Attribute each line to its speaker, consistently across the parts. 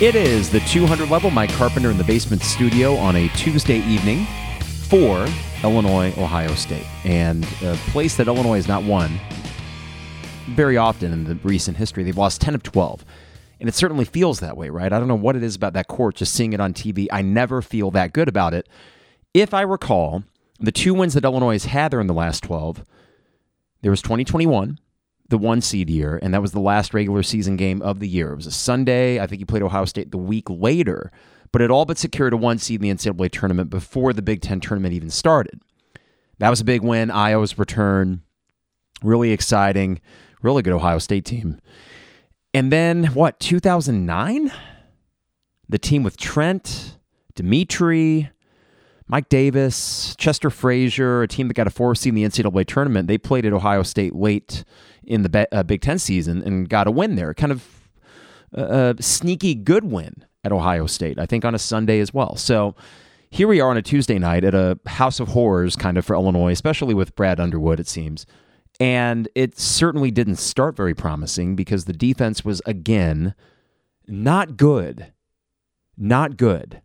Speaker 1: It is the 200 level, Mike Carpenter in the basement studio on a Tuesday evening for Illinois, Ohio State, and a place that Illinois has not won very often in the recent history. They've lost 10 of 12. And it certainly feels that way, right? I don't know what it is about that court, just seeing it on TV. I never feel that good about it. If I recall, the two wins that Illinois has had there in the last 12, there was 2021, the one seed year, and that was the last regular season game of the year. It was a Sunday. I think you played Ohio State the week later, but it all but secured a one seed in the NCAA tournament before the Big Ten tournament even started. That was a big win. Iowa's return, really exciting, really good Ohio State team. And then what, 2009? The team with Trent, Dimitri, Mike Davis, Chester Frazier, a team that got a four seed in the NCAA tournament, they played at Ohio State late in the Be- uh, Big Ten season and got a win there. Kind of uh, a sneaky good win at Ohio State, I think on a Sunday as well. So here we are on a Tuesday night at a house of horrors kind of for Illinois, especially with Brad Underwood, it seems. And it certainly didn't start very promising because the defense was, again, not good. Not good.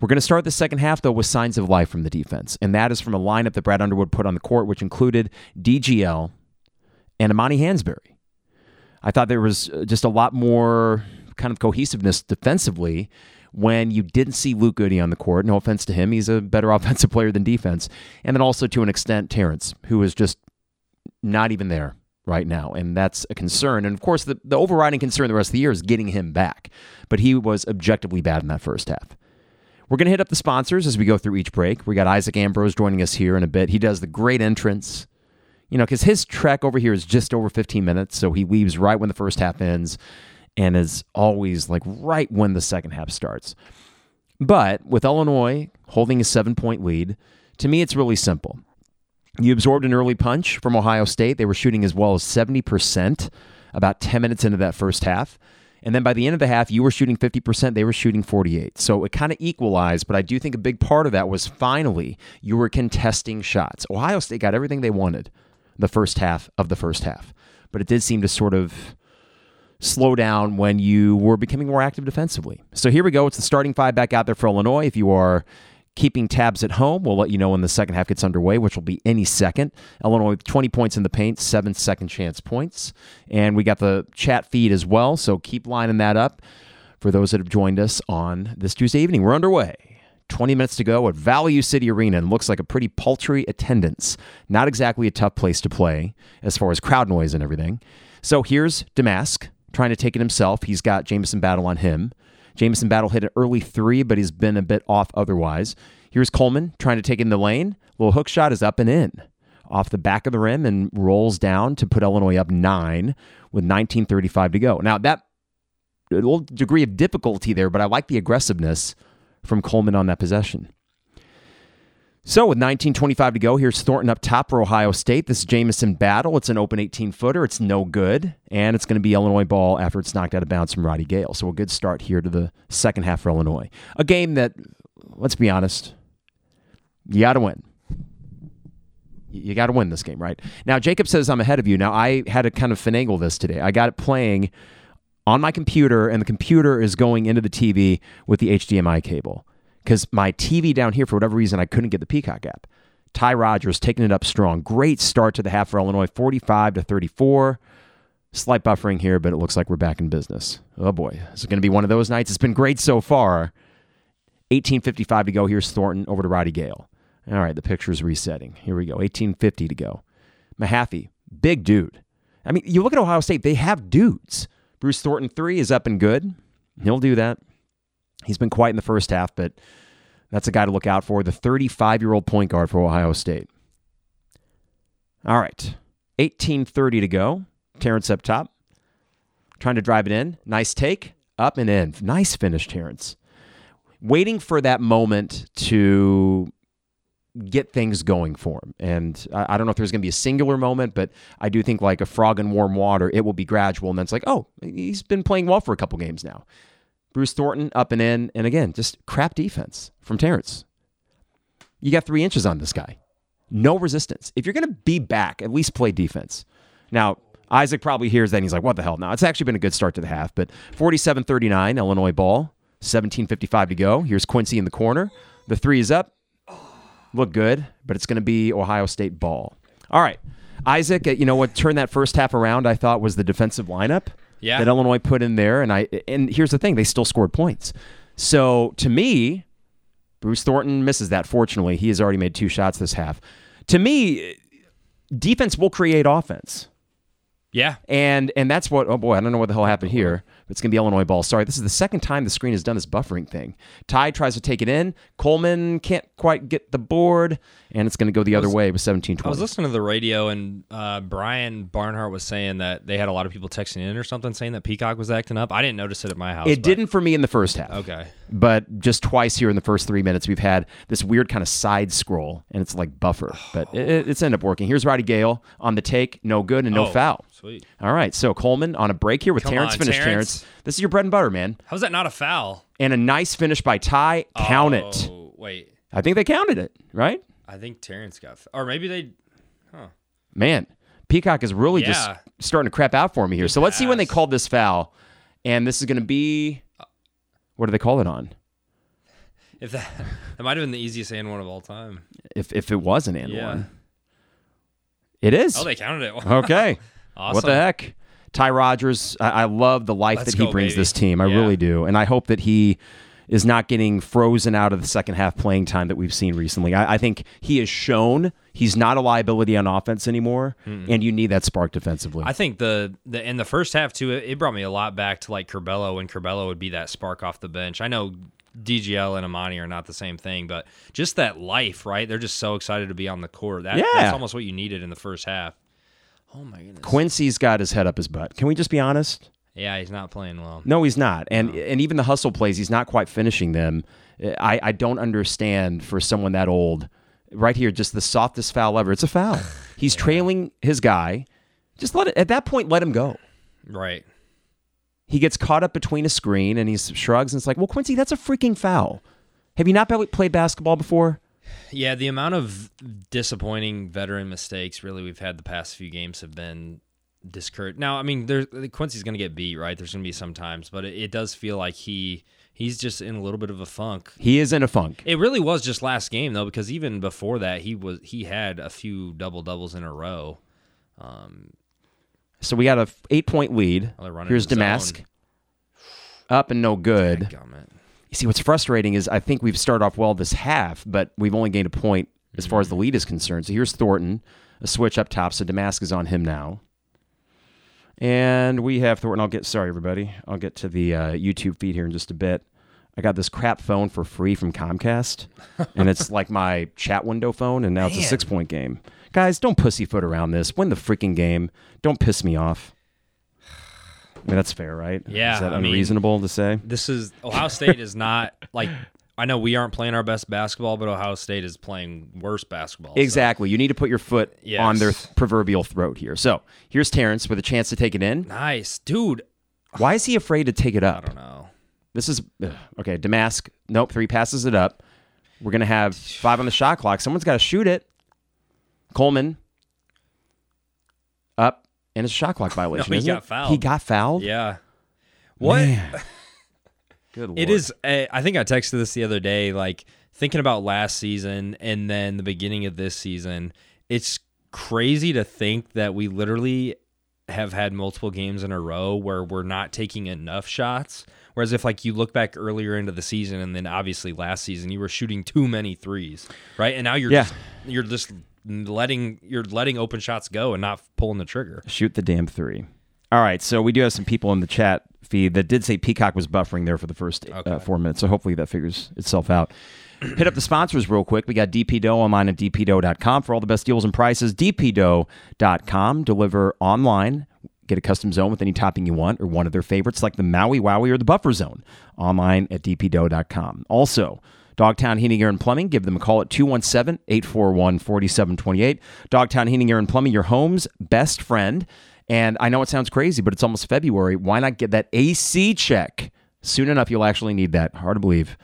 Speaker 1: We're going to start the second half, though, with signs of life from the defense. And that is from a lineup that Brad Underwood put on the court, which included DGL and Amani Hansberry. I thought there was uh, just a lot more kind of cohesiveness defensively when you didn't see Luke Goody on the court. No offense to him, he's a better offensive player than defense. And then also, to an extent, Terrence, who is just not even there right now. And that's a concern. And of course, the, the overriding concern the rest of the year is getting him back. But he was objectively bad in that first half. We're going to hit up the sponsors as we go through each break. We got Isaac Ambrose joining us here in a bit. He does the great entrance, you know, because his trek over here is just over 15 minutes. So he leaves right when the first half ends and is always like right when the second half starts. But with Illinois holding a seven point lead, to me, it's really simple. You absorbed an early punch from Ohio State. They were shooting as well as 70% about 10 minutes into that first half. And then by the end of the half, you were shooting 50%, they were shooting 48. So it kind of equalized, but I do think a big part of that was finally you were contesting shots. Ohio State got everything they wanted the first half of the first half, but it did seem to sort of slow down when you were becoming more active defensively. So here we go. It's the starting five back out there for Illinois. If you are keeping tabs at home, we'll let you know when the second half gets underway, which will be any second. Illinois 20 points in the paint, seven second chance points. And we got the chat feed as well. So keep lining that up for those that have joined us on this Tuesday evening. We're underway. 20 minutes to go at Value City Arena and looks like a pretty paltry attendance. Not exactly a tough place to play as far as crowd noise and everything. So here's Damask trying to take it himself. He's got Jameson Battle on him. Jameson Battle hit an early three, but he's been a bit off otherwise. Here's Coleman trying to take in the lane. Little hook shot is up and in off the back of the rim and rolls down to put Illinois up nine with 19.35 to go. Now, that little degree of difficulty there, but I like the aggressiveness from Coleman on that possession. So with 19.25 to go, here's Thornton up top for Ohio State. This is Jamison Battle. It's an open 18-footer. It's no good, and it's going to be Illinois ball after it's knocked out of bounds from Roddy Gale. So a good start here to the second half for Illinois. A game that, let's be honest, you got to win. You got to win this game, right? Now, Jacob says I'm ahead of you. Now, I had to kind of finagle this today. I got it playing on my computer, and the computer is going into the TV with the HDMI cable because my TV down here, for whatever reason, I couldn't get the Peacock app. Ty Rogers taking it up strong. Great start to the half for Illinois, 45 to 34. Slight buffering here, but it looks like we're back in business. Oh boy, this is going to be one of those nights. It's been great so far. 18:55 to go. Here's Thornton over to Roddy Gale. All right, the picture's resetting. Here we go. 18:50 to go. Mahaffey, big dude. I mean, you look at Ohio State; they have dudes. Bruce Thornton three is up and good. He'll do that. He's been quiet in the first half, but that's a guy to look out for. The 35 year old point guard for Ohio State. All right. 18.30 to go. Terrence up top. Trying to drive it in. Nice take. Up and in. Nice finish, Terrence. Waiting for that moment to get things going for him. And I, I don't know if there's going to be a singular moment, but I do think like a frog in warm water, it will be gradual. And then it's like, oh, he's been playing well for a couple games now. Bruce Thornton up and in. And again, just crap defense from Terrence. You got three inches on this guy. No resistance. If you're going to be back, at least play defense. Now, Isaac probably hears that and he's like, what the hell? Now, it's actually been a good start to the half, but 47 39, Illinois ball, 17.55 to go. Here's Quincy in the corner. The three is up. Look good, but it's going to be Ohio State ball. All right. Isaac, uh, you know what turned that first half around, I thought, was the defensive lineup
Speaker 2: Yeah.
Speaker 1: that Illinois put in there. And, I, and here's the thing they still scored points. So to me, Bruce Thornton misses that, fortunately. He has already made two shots this half. To me, defense will create offense.
Speaker 2: Yeah.
Speaker 1: And and that's what oh boy, I don't know what the hell happened here. But it's gonna be Illinois ball. Sorry, this is the second time the screen has done this buffering thing. Ty tries to take it in. Coleman can't quite get the board, and it's gonna go the other way with seventeen
Speaker 2: I was
Speaker 1: twenty.
Speaker 2: listening to the radio, and uh, Brian Barnhart was saying that they had a lot of people texting in or something saying that Peacock was acting up. I didn't notice it at my house.
Speaker 1: It
Speaker 2: but-
Speaker 1: didn't for me in the first half.
Speaker 2: Okay.
Speaker 1: But just twice here in the first three minutes, we've had this weird kind of side scroll, and it's like buffer. But it, it- it's ended up working. Here's Roddy Gale on the take, no good and no
Speaker 2: Oh,
Speaker 1: foul.
Speaker 2: Sweet.
Speaker 1: All right, so Coleman on a break here with
Speaker 2: Come
Speaker 1: Terrence.
Speaker 2: on,
Speaker 1: Finish,
Speaker 2: Terrence.
Speaker 1: Terrence. This is your bread and butter, man.
Speaker 2: How's that not a foul?
Speaker 1: And a nice finish by Ty. Count it.
Speaker 2: Oh, wait.
Speaker 1: I think they counted it, right?
Speaker 2: I think Terrence got, f- or maybe they.
Speaker 1: Man, Peacock is really
Speaker 2: Yeah.
Speaker 1: just starting to crap out for me here. so let's see when they
Speaker 2: pass. Uh.
Speaker 1: called this foul. And this is going to be what do they call it on?
Speaker 2: If that, that might have been the easiest and one of all time.
Speaker 1: If if it was an and
Speaker 2: Yeah.
Speaker 1: one, it is.
Speaker 2: Oh, they counted it.
Speaker 1: okay.
Speaker 2: awesome.
Speaker 1: What the heck? Ty Rogers, I, I love the life
Speaker 2: Let's
Speaker 1: that he
Speaker 2: go,
Speaker 1: brings
Speaker 2: baby.
Speaker 1: this team. I
Speaker 2: Yeah.
Speaker 1: really do. And I hope that he is not getting frozen out of the second half playing time that we've seen recently. I, I think he has shown he's not a liability on offense anymore, and you need that spark defensively.
Speaker 2: I think the the in the first half too, it, it brought me a lot back to like Curbelo when Curbelo would be that spark off the bench. I know DGL and Amani are not the same thing, but just that life, right? They're just so excited to be on the court. That,
Speaker 1: Yeah.
Speaker 2: that's almost what you needed in the first half. Oh my goodness.
Speaker 1: Quincy's got his head up his butt. Can we just be honest?
Speaker 2: Yeah, he's not playing well.
Speaker 1: No, he's not.
Speaker 2: Oh.
Speaker 1: And and even the hustle plays, he's not quite finishing them. I, I don't understand for someone that old. Right here, just the softest foul ever. It's a foul. He's trailing his guy. Just let it at that point let him go.
Speaker 2: Right.
Speaker 1: He gets caught up between a screen and he shrugs and it's like, Well, Quincy, that's a freaking foul. Have you not be- played basketball before?
Speaker 2: Yeah, the amount of disappointing veteran mistakes really we've had the past few games have been discouraged. Now, I mean, there's Quincy's going to get beat, right? There's going to be some times, but it, it does feel like he he's just in a little bit of a funk.
Speaker 1: He is in a funk.
Speaker 2: It really was just last game though, because even before that, he was he had a few double doubles in a row.
Speaker 1: So we got a f- eight point lead.
Speaker 2: Oh, they're running
Speaker 1: Here's
Speaker 2: in zone.
Speaker 1: Damask. Up and no good.
Speaker 2: Gummit.
Speaker 1: You see, what's frustrating is I think we've started off well this half, but we've only gained a point as far as
Speaker 2: Mm-hmm.
Speaker 1: the lead is concerned. So here's Thornton, a switch up top. So Damask is on him now. And we have Thornton. I'll get, sorry, everybody. I'll get to the uh, YouTube feed here in just a bit. I got this crap phone for free from Comcast, and it's like my chat window phone, and now it's a six point game. Guys, don't pussyfoot around this. Win the freaking game. Don't piss me off. I mean, that's fair, right?
Speaker 2: Yeah,
Speaker 1: Is that
Speaker 2: I mean-
Speaker 1: unreasonable to say?
Speaker 2: This is Ohio State is not like I know we aren't playing our best basketball, but Ohio State is playing worse basketball. so-
Speaker 1: Exactly. You need to put your foot
Speaker 2: Yes.
Speaker 1: on their th- proverbial throat here. So here's Terrence with a chance to take it in.
Speaker 2: Nice, dude.
Speaker 1: Why is he afraid to take it
Speaker 2: I
Speaker 1: up?
Speaker 2: don't know.
Speaker 1: This is ugh, okay. Damask. Nope. Three passes it up. We're gonna have five on the shot clock. Someone's got to shoot it. Coleman. Up and it's a shot clock violation.
Speaker 2: he
Speaker 1: isn't
Speaker 2: got
Speaker 1: it?
Speaker 2: fouled.
Speaker 1: He got fouled.
Speaker 2: Yeah. What?
Speaker 1: Good lord.
Speaker 2: It is. I I think I texted this the other day. Like thinking about last season and then the beginning of this season, it's crazy to think that we literally have had multiple games in a row where we're not taking enough shots. Whereas if like you look back earlier into the season and then obviously last season you were shooting too many threes, right? And now you're
Speaker 1: Yeah.
Speaker 2: just, you're just letting you're letting open shots go and not pulling the trigger.
Speaker 1: Shoot the damn three. All right, so we do have some people in the chat feed that did say Peacock was buffering there for the first uh, four minutes. So hopefully that figures itself out. Hit up the sponsors real quick. We got DP Dough online at dpdough.com for all the best deals and prices. dpdough.com. Deliver online. Get a custom zone with any topping you want or one of their favorites like the Maui Wowie or the Buffer Zone. Online at dpdough.com. Also, Dogtown Heating, Air, and Plumbing. Give them a call at 217 841 4728. Dogtown Heating, Air, and Plumbing, your home's best friend. And I know it sounds crazy, but it's almost February. Why not get that AC check? Soon enough, you'll actually need that. Hard to believe.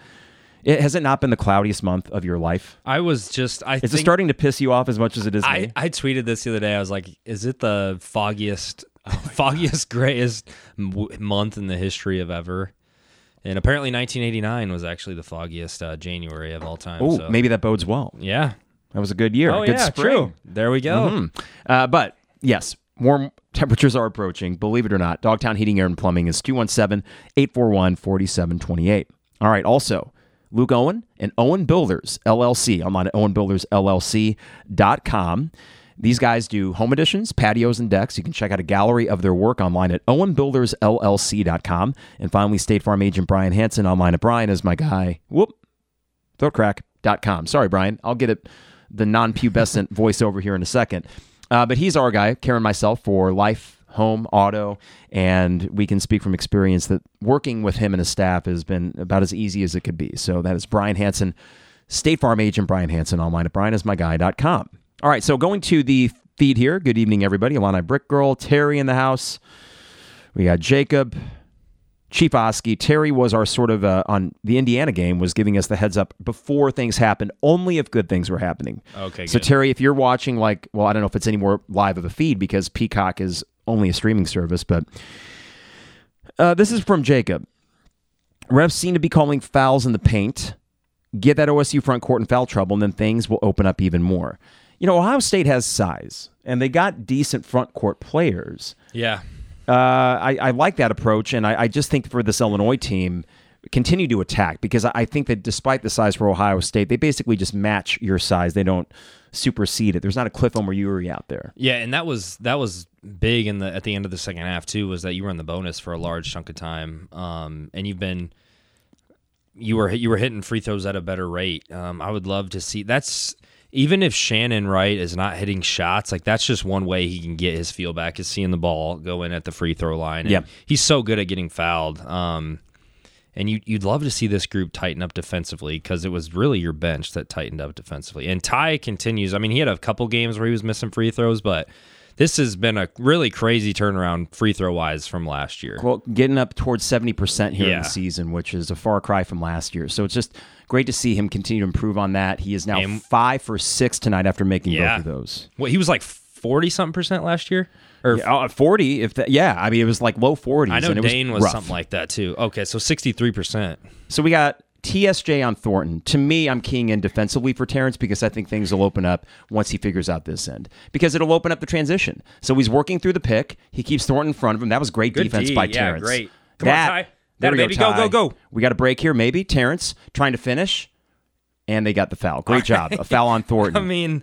Speaker 1: It, has it not been the cloudiest month of your life?
Speaker 2: I was just I
Speaker 1: Is it starting to piss you off as much as it is me?
Speaker 2: I, I tweeted this the other day. I was like, is it the foggiest
Speaker 1: Oh
Speaker 2: foggiest, grayest m- month in the history of ever. And apparently, 1989 was actually the foggiest uh, January of all time.
Speaker 1: Oh,
Speaker 2: so-
Speaker 1: maybe that bodes well.
Speaker 2: Yeah.
Speaker 1: That was a good year.
Speaker 2: Oh,
Speaker 1: good
Speaker 2: yeah.
Speaker 1: spring.
Speaker 2: True. There we go.
Speaker 1: Mm. Uh, but yes, warm temperatures are approaching. Believe it or not, Dogtown Heating, Air, and Plumbing is 217 841 4728. All right. Also, Luke Owen and Owen Builders LLC online at owenbuildersllc.com. These guys do home additions, patios, and decks. You can check out a gallery of their work online at owenbuildersllc.com. And finally, State Farm agent Brian Hansen online at Brian is my guy. Whoop throatcrack.com. Sorry, Brian. I'll get it, the non pubescent voice over here in a second. Uh, but he's our guy, Karen, myself, for life, home, auto. And we can speak from experience that working with him and his staff has been about as easy as it could be. So that is Brian Hansen, State Farm agent Brian Hansen, online at brianismyguy.com. All right. So going to the feed here. Good evening, everybody. Alana Brick Girl, Terry in the house. We got Jacob. Chief Oski, Terry was our sort of uh, on the Indiana game was giving us the heads up before things happened, only if good things were happening.
Speaker 2: Okay.
Speaker 1: So
Speaker 2: good.
Speaker 1: Terry, if you're watching, like, well, I don't know if it's any more live of a feed because Peacock is only a streaming service, but uh, this is from Jacob. Refs seem to be calling fouls in the paint. Get that OSU front court in foul trouble, and then things will open up even more. You know, Ohio State has size, and they got decent front court players.
Speaker 2: yeah.
Speaker 1: Uh, I, I like that approach, and I, I just think for this Illinois team, continue to attack because I, I think that despite the size for Ohio State, they basically just match your size. They don't supersede it. There's not a Cliff Omer Uri out there.
Speaker 2: Yeah, and that was that was big in the at the end of the second half too. Was that you were in the bonus for a large chunk of time, um, and you've been you were you were hitting free throws at a better rate. Um, I would love to see that's even if Shannon Wright is not hitting shots, like that's just one way he can get his feel back is seeing the ball go in at the free throw line. And
Speaker 1: Yeah.
Speaker 2: he's so good at getting fouled. Um, and you, you'd love to see this group tighten up defensively because it was really your bench that tightened up defensively. And Ty continues. I mean, he had a couple games where he was missing free throws, but this has been a really crazy turnaround free throw wise from last year.
Speaker 1: Well, getting up towards 70% here in
Speaker 2: Yeah.
Speaker 1: the season, which is a far cry from last year. So it's just great to see him continue to improve on that. He is now
Speaker 2: And-
Speaker 1: five for six tonight after making
Speaker 2: Yeah.
Speaker 1: both of those.
Speaker 2: What he was like forty something percent last year, or
Speaker 1: Yeah, uh, 40, if that, yeah, I mean, it was like low 40s.
Speaker 2: I know
Speaker 1: and it
Speaker 2: Dane was,
Speaker 1: rough.
Speaker 2: something like that too. Okay, so sixty three percent.
Speaker 1: So we got TSJ on Thornton. To me, I'm keying in defensively for Terrence because I think things will open up once he figures out this end because it'll open up the transition. So he's working through the pick. He keeps Thornton in front of him. That was great
Speaker 2: Good
Speaker 1: defense
Speaker 2: D,
Speaker 1: by
Speaker 2: yeah,
Speaker 1: Terrence.
Speaker 2: great. Come on, Ty.
Speaker 1: there
Speaker 2: That
Speaker 1: we
Speaker 2: baby, go,
Speaker 1: Ty.
Speaker 2: go, go.
Speaker 1: We got a break here, maybe. Terrence trying to finish, and they got the foul. Great job. A foul on Thornton.
Speaker 2: I mean,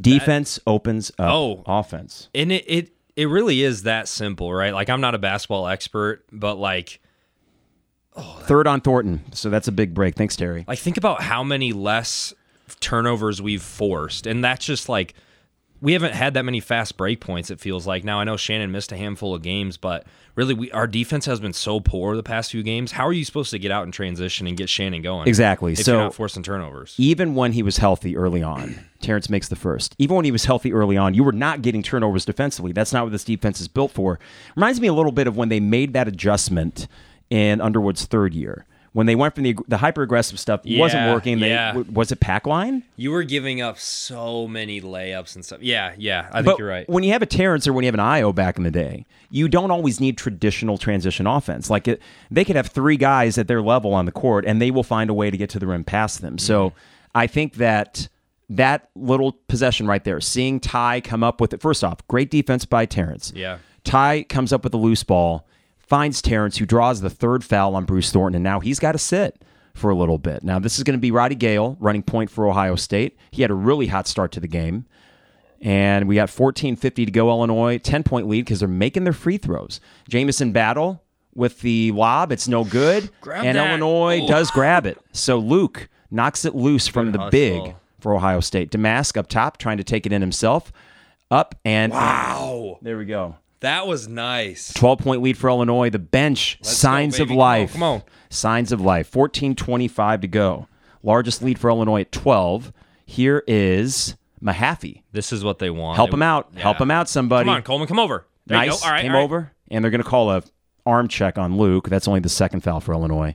Speaker 1: Defense opens up
Speaker 2: Oh.
Speaker 1: offense.
Speaker 2: and it, it it really is that simple, right? Like I'm not a basketball expert, but like
Speaker 1: Third on Thornton. So that's a big break. Thanks, Terry.
Speaker 2: like think about how many less turnovers we've forced, and that's just like we haven't had that many fast break points. It feels like now I know Shannon missed a handful of games, but really we our defense has been so poor the past few games. How are you supposed to get out in transition and get Shannon going?
Speaker 1: Exactly.
Speaker 2: If
Speaker 1: so
Speaker 2: you're not forcing turnovers.
Speaker 1: even when he was healthy early on, Terrence makes the first. Even when he was healthy early on, you were not getting turnovers defensively. That's not what this defense is built for. Reminds me a little bit of when they made that adjustment in Underwood's third year. When they went from the, the hyper aggressive stuff wasn't
Speaker 2: Yeah,
Speaker 1: working, they,
Speaker 2: yeah.
Speaker 1: w- was it pack line?
Speaker 2: You were giving up so many layups and stuff. Yeah, yeah. I think
Speaker 1: But
Speaker 2: you're right.
Speaker 1: when you have a Terrence or when you have an Io back in the day, you don't always need traditional transition offense. Like it, they could have three guys at their level on the court, and they will find a way to get to the rim past them.
Speaker 2: Mm-hmm.
Speaker 1: So I think that that little possession right there, seeing Ty come up with it. First off, great defense by Terrence.
Speaker 2: Yeah.
Speaker 1: Ty comes up with a loose ball, finds Terrence, who draws the third foul on Bruce Thornton, and now he's got to sit for a little bit. Now, this is going to be Roddy Gale running point for Ohio State. He had a really hot start to the game. And we got 14.50 to go, Illinois, 10 point lead because they're making their free throws. Jamison Battle with the lob. It's no good.
Speaker 2: Grab
Speaker 1: and
Speaker 2: that.
Speaker 1: Illinois
Speaker 2: Ooh.
Speaker 1: does grab it. So Luke knocks it loose from the
Speaker 2: hustle.
Speaker 1: big for Ohio State. Damask up top trying to take it in himself. Up and
Speaker 2: Wow.
Speaker 1: there we go.
Speaker 2: That was nice.
Speaker 1: 12 point lead for Illinois. The bench,
Speaker 2: go,
Speaker 1: signs
Speaker 2: baby.
Speaker 1: of
Speaker 2: Come on,
Speaker 1: life.
Speaker 2: come on.
Speaker 1: Signs of life. 14 25 to go. Largest lead for Illinois at 12. Here is Mahaffey.
Speaker 2: This is what they want.
Speaker 1: Help
Speaker 2: They-
Speaker 1: him out. Help
Speaker 2: Yeah.
Speaker 1: him out, somebody.
Speaker 2: Come on, Coleman, come over. There you
Speaker 1: nice.
Speaker 2: go. All right.
Speaker 1: Came
Speaker 2: all right.
Speaker 1: over, and they're going to call a arm check on Luke. That's only the second foul for Illinois.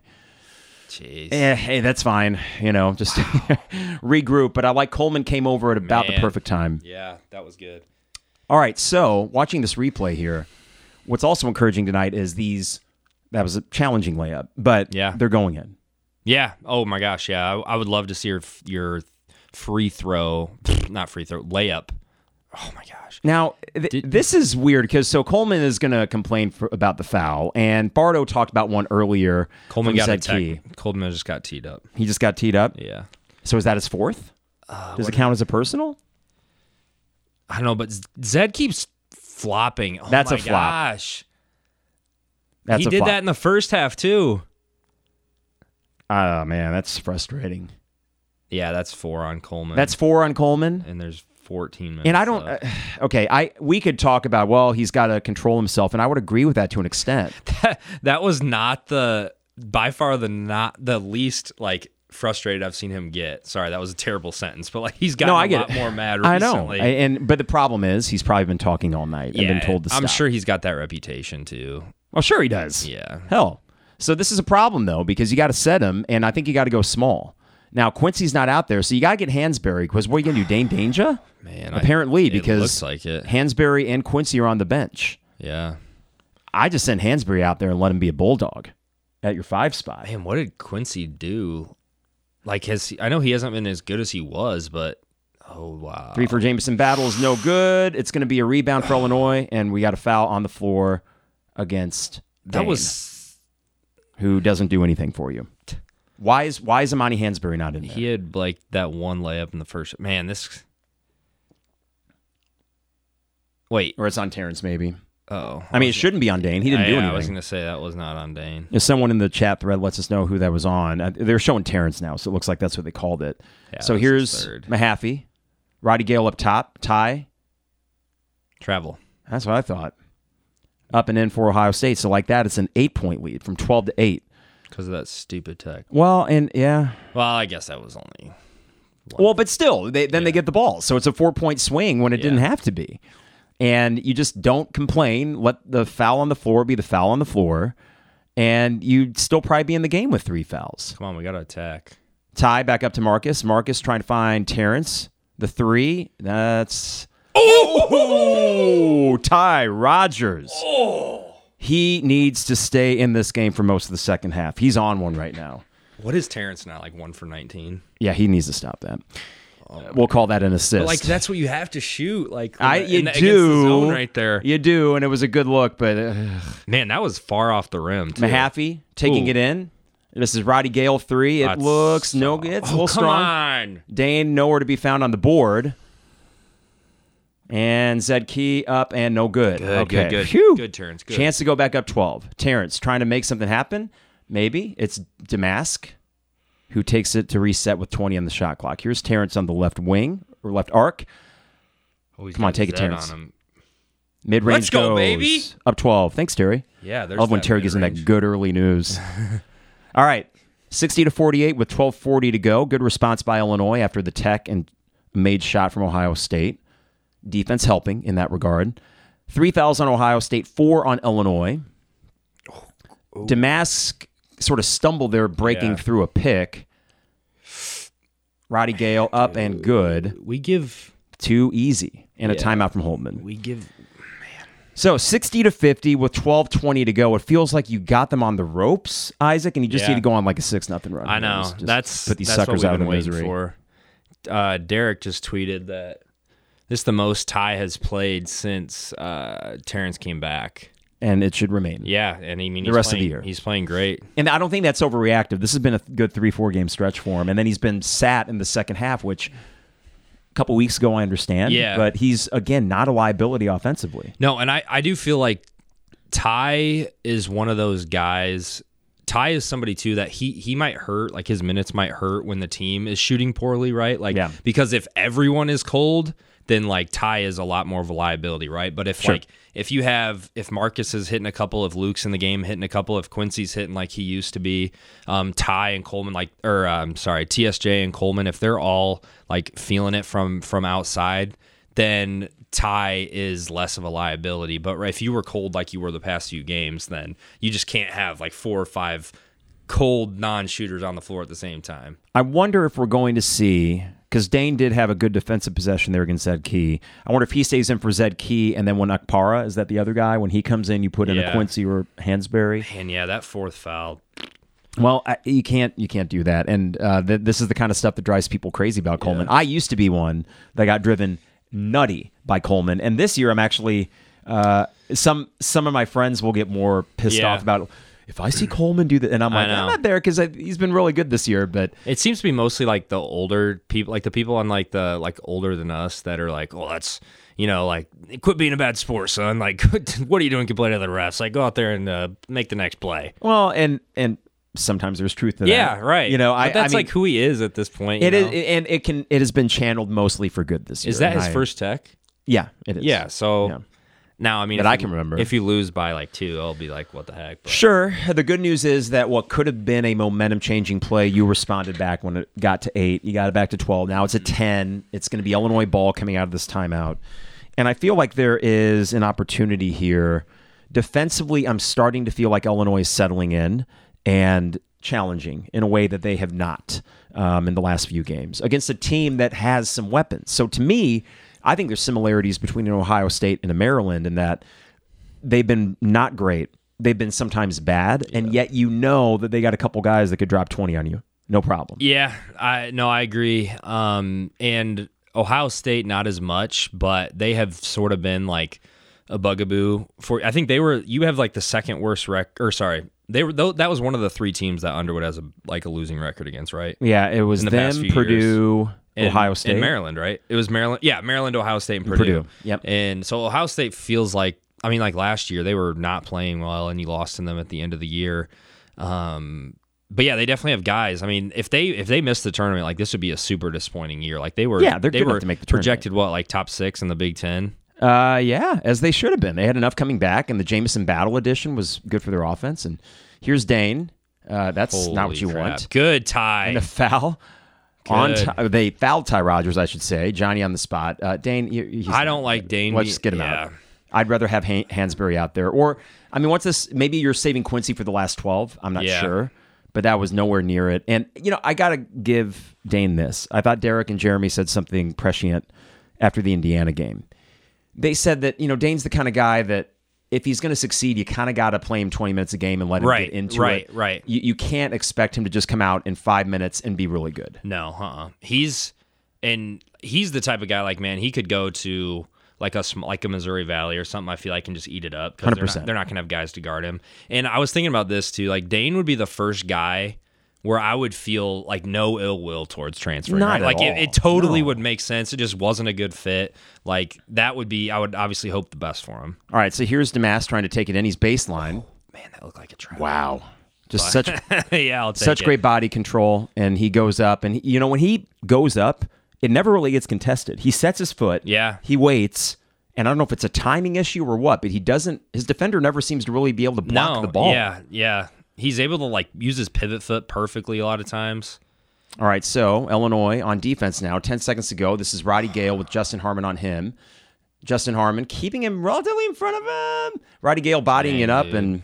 Speaker 2: Jeez.
Speaker 1: Eh, hey, that's fine. You know, just regroup. But I like Coleman came over at about the
Speaker 2: Man.
Speaker 1: perfect time.
Speaker 2: Yeah, that was good.
Speaker 1: All right, so watching this replay here, What's also encouraging tonight is these. That was a challenging layup, but
Speaker 2: Yeah.
Speaker 1: they're going in.
Speaker 2: Yeah. Oh my gosh. Yeah. I, I would love to see your your free throw, not free throw, layup. Oh my gosh.
Speaker 1: Now, th- this is weird because so Coleman is going to complain for, about the foul, and Bardo talked about one earlier.
Speaker 2: Coleman
Speaker 1: from
Speaker 2: got a
Speaker 1: Zed Key.
Speaker 2: tech. Coleman just got teed up.
Speaker 1: He just got teed up.
Speaker 2: Yeah.
Speaker 1: So is that his fourth? Does it count as a personal?
Speaker 2: I don't know, but Z- Zed keeps flopping. Oh
Speaker 1: That's
Speaker 2: my
Speaker 1: a flop.
Speaker 2: gosh.
Speaker 1: That's
Speaker 2: he
Speaker 1: a
Speaker 2: did
Speaker 1: flop.
Speaker 2: that in the first half too.
Speaker 1: Oh man, that's frustrating.
Speaker 2: Yeah, that's four on Coleman.
Speaker 1: That's four on Coleman.
Speaker 2: and there's 14 minutes.
Speaker 1: And I don't.
Speaker 2: left.
Speaker 1: Uh, okay, I we could talk about well, he's got to control himself, and I would agree with that to an extent. uh,
Speaker 2: that was not the by far the not the least like frustrated I've seen him get. Sorry, that was a terrible sentence, but like he's gotten
Speaker 1: I
Speaker 2: a
Speaker 1: get
Speaker 2: lot
Speaker 1: it.
Speaker 2: more mad
Speaker 1: I know,
Speaker 2: recently.
Speaker 1: I- and but the problem is he's probably been talking all night and been told to stop.
Speaker 2: I'm sure he's got that reputation too.
Speaker 1: Well, sure he does.
Speaker 2: Yeah.
Speaker 1: Hell. So this is a problem though because you got to set him, and I think you got to go small. Now Quincy's not out there, so you got to get Hansberry because what are you gonna do, Dane Danger?
Speaker 2: Man, I-
Speaker 1: Apparently,
Speaker 2: it
Speaker 1: because
Speaker 2: looks like it.
Speaker 1: Hansberry and Quincy are on the bench.
Speaker 2: Yeah.
Speaker 1: I just sent Hansberry out there and let him be a bulldog at your five spot.
Speaker 2: Man, what did Quincy do? Like has he, I know he hasn't been as good as he was, but oh wow.
Speaker 1: Three for Jameson Battle is no good. It's going to be a rebound for Illinois, and we got a foul on the floor against
Speaker 2: that
Speaker 1: Dane,
Speaker 2: was
Speaker 1: who doesn't do anything for you. Why is why is Amani Hansberry not in there?
Speaker 2: he had like that one layup in the first. Man, this Wait.
Speaker 1: or it's on Terrence maybe.
Speaker 2: Oh.
Speaker 1: I mean, it shouldn't be on Dane. He didn't do
Speaker 2: Yeah, I was
Speaker 1: anything.
Speaker 2: going to say that was not on Dane.
Speaker 1: If someone in the chat thread lets us know who that was on. Uh, They're showing Terrence now, so it looks like that's what they called it.
Speaker 2: Yeah,
Speaker 1: so
Speaker 2: this is
Speaker 1: here's
Speaker 2: third.
Speaker 1: Mahaffey, Roddy Gale up top, tie.
Speaker 2: Travel.
Speaker 1: That's what I thought. Up and in for Ohio State. So like that, it's an eight point lead from twelve to eight.
Speaker 2: Because of that stupid tech.
Speaker 1: Well, and yeah.
Speaker 2: Well, I guess that was only.
Speaker 1: Well, but still, they, then they get the ball. So it's a four point swing when it didn't have to be. And you just don't complain. Let the foul on the floor be the foul on the floor. And you'd still probably be in the game with three fouls.
Speaker 2: Come on, we got to attack.
Speaker 1: Tie back up to Marcus. Marcus trying to find Terrence. The three. That's. Oh! Ty Rogers. He needs to stay in this game for most of the second half. He's on one right now.
Speaker 2: What is Terrence now? Like one for 19?
Speaker 1: Yeah, he needs to stop that. Uh, we'll call that an assist.
Speaker 2: Like, that's what you have to shoot. Like,
Speaker 1: I
Speaker 2: in
Speaker 1: you
Speaker 2: the- against the
Speaker 1: do
Speaker 2: zone right there.
Speaker 1: You do, and it was a good look, but uh,
Speaker 2: Man, that was far off the rim. Too.
Speaker 1: Mahaffey taking
Speaker 2: Ooh.
Speaker 1: it in. This is Roddy Gale three. It
Speaker 2: That's Oh,
Speaker 1: looks no good. It's a little
Speaker 2: come
Speaker 1: strong.
Speaker 2: on.
Speaker 1: Dane nowhere to be found on the board. And Zed Key up and no good.
Speaker 2: Good,
Speaker 1: okay.
Speaker 2: good, good.
Speaker 1: Phew.
Speaker 2: Good, Terrence, good.
Speaker 1: Chance to go back up 12. Terrence trying to make something happen. Maybe. It's Damask who takes it to reset with 20 on the shot clock. Here's Terrence on the left wing or left arc.
Speaker 2: Oh, he's
Speaker 1: Come on,
Speaker 2: got
Speaker 1: take it,
Speaker 2: Zed
Speaker 1: Terrence.
Speaker 2: on him.
Speaker 1: Mid range
Speaker 2: Let's go,
Speaker 1: goes
Speaker 2: baby.
Speaker 1: up 12. Thanks, Terry.
Speaker 2: Yeah, there's
Speaker 1: Love when
Speaker 2: that
Speaker 1: Terry gives in that
Speaker 2: mid-range.
Speaker 1: good early news. All right, sixty to forty-eight with twelve forty to go. Good response by Illinois after the tech and made shot from Ohio State. Defense helping in that regard. Three fouls on Ohio State, four on Illinois. Damask sort of stumbled there, breaking
Speaker 2: Oh. Yeah.
Speaker 1: through a pick. Roddy Gale up and good.
Speaker 2: We give.
Speaker 1: Too easy. And a
Speaker 2: Yeah.
Speaker 1: timeout from Holtman.
Speaker 2: We give.
Speaker 1: So 60 to 50 with 12 20 to go. It feels like you got them on the ropes, Isaac, and you just
Speaker 2: Yeah.
Speaker 1: need to go on like a 6 nothing run.
Speaker 2: I know.
Speaker 1: Just
Speaker 2: that's
Speaker 1: put these
Speaker 2: that's
Speaker 1: suckers out
Speaker 2: what we've been
Speaker 1: of
Speaker 2: waiting
Speaker 1: misery.
Speaker 2: For. Uh, Derek just tweeted that this is the most Ty has played since uh, Terrence came back.
Speaker 1: And it should remain.
Speaker 2: Yeah, and I mean
Speaker 1: The
Speaker 2: he's
Speaker 1: rest of the
Speaker 2: playing,
Speaker 1: year.
Speaker 2: he's playing great.
Speaker 1: And I don't think that's overreactive. This has been a good 3 4 game stretch for him. And then he's been sat in the second half, which a couple weeks ago I understand.
Speaker 2: Yeah.
Speaker 1: But he's, again, not a liability offensively.
Speaker 2: No, and I, I do feel like Ty is one of those guys. Ty is somebody too that he he might hurt, like his minutes might hurt when the team is shooting poorly, right? Like
Speaker 1: Yeah.
Speaker 2: because if everyone is cold, then like Ty is a lot more of a liability, right? But if like if you have if Marcus is hitting a couple, if Luke's in the game hitting a couple, if Quincy's hitting like he used to be, um, Ty and Coleman like or I'm sorry, TSJ and Coleman, if they're all like feeling it from from outside, then Ty is less of a liability. But if you were cold like you were the past few games, then you just can't have like four or five cold non-shooters on the floor at the same time.
Speaker 1: I wonder if we're going to see because Dane did have a good defensive possession there against Zed Key. I wonder if he stays in for Zed Key, and then when Akpara is that the other guy when he comes in, you put in a
Speaker 2: Yeah.
Speaker 1: Quincy or Hansberry.
Speaker 2: And yeah, that fourth foul.
Speaker 1: Well, I, you can't you can't do that, and uh, th- this is the kind of stuff that drives people crazy about Coleman. I used to be one that got driven nutty by Coleman, and this year I'm actually uh, some some of my friends will get more pissed
Speaker 2: Yeah.
Speaker 1: off about if I see Coleman do that, and I'm like,
Speaker 2: know.
Speaker 1: I'm not there because he's been really good this year, but
Speaker 2: It seems to be mostly like the older people, like the people on like the like older than us that are like, oh, that's you know, like quit being a bad sport, son. Like, what are you doing complaining to the refs? Like, go out there and uh, make the next play.
Speaker 1: Well, and and sometimes there's truth to
Speaker 2: Yeah,
Speaker 1: that.
Speaker 2: right.
Speaker 1: You know, I,
Speaker 2: but that's
Speaker 1: I mean,
Speaker 2: like who he is at this point.
Speaker 1: it
Speaker 2: you
Speaker 1: is,
Speaker 2: know?
Speaker 1: and it can. It has been channeled mostly for good this year.
Speaker 2: Is that
Speaker 1: and
Speaker 2: his
Speaker 1: I-
Speaker 2: first tech?
Speaker 1: Yeah, it is.
Speaker 2: Yeah. So now, I mean,
Speaker 1: That
Speaker 2: if
Speaker 1: I
Speaker 2: you-
Speaker 1: can remember.
Speaker 2: If you lose by like two, I'll be like, what the heck? But
Speaker 1: Sure. The good news is that what could have been a momentum changing play, you responded back when it got to eight. You got it back to 12. Now it's a 10. It's going to be Illinois ball coming out of this timeout. And I feel like there is an opportunity here. Defensively, I'm starting to feel like Illinois is settling in and challenging in a way that they have not um, in the last few games against a team that has some weapons. So to me, I think there's similarities between an Ohio State and a Maryland in that they've been not great. They've been sometimes bad, and yet you know that they got a couple guys that could drop 20 on you. No problem.
Speaker 2: Yeah, I no, I agree. Um, and Ohio State not as much, but they have sort of been like a bugaboo for. I think they were. You have like the second worst rec, or sorry, they were. Though that was one of the three teams that Underwood has a like a losing record against, right?
Speaker 1: Yeah, it was
Speaker 2: the past
Speaker 1: them,
Speaker 2: few
Speaker 1: Purdue,
Speaker 2: And-
Speaker 1: Ohio State.
Speaker 2: and Maryland, right? It was Maryland. Yeah, Maryland, Ohio State, and Purdue.
Speaker 1: Purdue, yep.
Speaker 2: And so Ohio State feels like. I mean, like last year, they were not playing well, and you lost to them at the end of the year. Um, but yeah, they definitely have guys. I mean, if they if they miss the tournament, like this would be a super disappointing year. Like they were,
Speaker 1: Yeah, they're
Speaker 2: they
Speaker 1: good
Speaker 2: were
Speaker 1: enough to make the tournament.
Speaker 2: projected what like top six in the Big Ten.
Speaker 1: Uh, yeah, as they should have been. They had enough coming back, and the Jameson Battle Edition was good for their offense. And here's Dane. Uh, that's not
Speaker 2: Holy
Speaker 1: what you
Speaker 2: crap.
Speaker 1: want.
Speaker 2: Good tie.
Speaker 1: And a foul. On
Speaker 2: Good.
Speaker 1: Ty- they fouled Ty Rogers, I should say. Johnny on the spot. Uh, Dane, you, he's
Speaker 2: I don't like Dane.
Speaker 1: Let's just get him
Speaker 2: yeah.
Speaker 1: out. I'd rather have Han- Hansberry out there. Or, I mean, what's this? Maybe you're saving Quincy for the last 12. I'm not
Speaker 2: Yeah.
Speaker 1: sure. But that was nowhere near it. And, you know, I got to give Dane this. I thought Derek and Jeremy said something prescient after the Indiana game. They said that, you know, Dane's the kind of guy that if he's going to succeed, you kind of got to play him 20 minutes a game and let him
Speaker 2: Right,
Speaker 1: get into
Speaker 2: right,
Speaker 1: it.
Speaker 2: right.
Speaker 1: You, you can't expect him to just come out in five minutes and be really good.
Speaker 2: No, uh-uh. He's and he's the type of guy like man, he could go to like a sm- like a Missouri Valley or something. I feel like and just eat it up because they're not,
Speaker 1: 100%.
Speaker 2: they're not gonna have guys to guard him. And I was thinking about this too. Like Dane would be the first guy where I would feel like no ill will towards transferring.
Speaker 1: Not
Speaker 2: right?
Speaker 1: at
Speaker 2: like
Speaker 1: all.
Speaker 2: It, it totally would make sense. It just wasn't a good fit. Like that would be. I would obviously hope the best for him.
Speaker 1: All right. So here's Damas trying to take it in. He's baseline.
Speaker 2: Man, that looked like a trap.
Speaker 1: Wow. Just such
Speaker 2: yeah, I'll take
Speaker 1: such
Speaker 2: it.
Speaker 1: great body control and he goes up and he, you know when he goes up it never really gets contested he sets his foot
Speaker 2: Yeah.
Speaker 1: he waits and i don't know if it's a timing issue or what but he doesn't his defender never seems to really be able to block
Speaker 2: no,
Speaker 1: the ball
Speaker 2: Yeah, yeah. He's able to like use his pivot foot perfectly a lot of times.
Speaker 1: all right so illinois on defense now 10 seconds to go this is roddy gale with justin harmon on him justin harmon keeping him relatively in front of him roddy gale bodying it up
Speaker 2: dude.
Speaker 1: and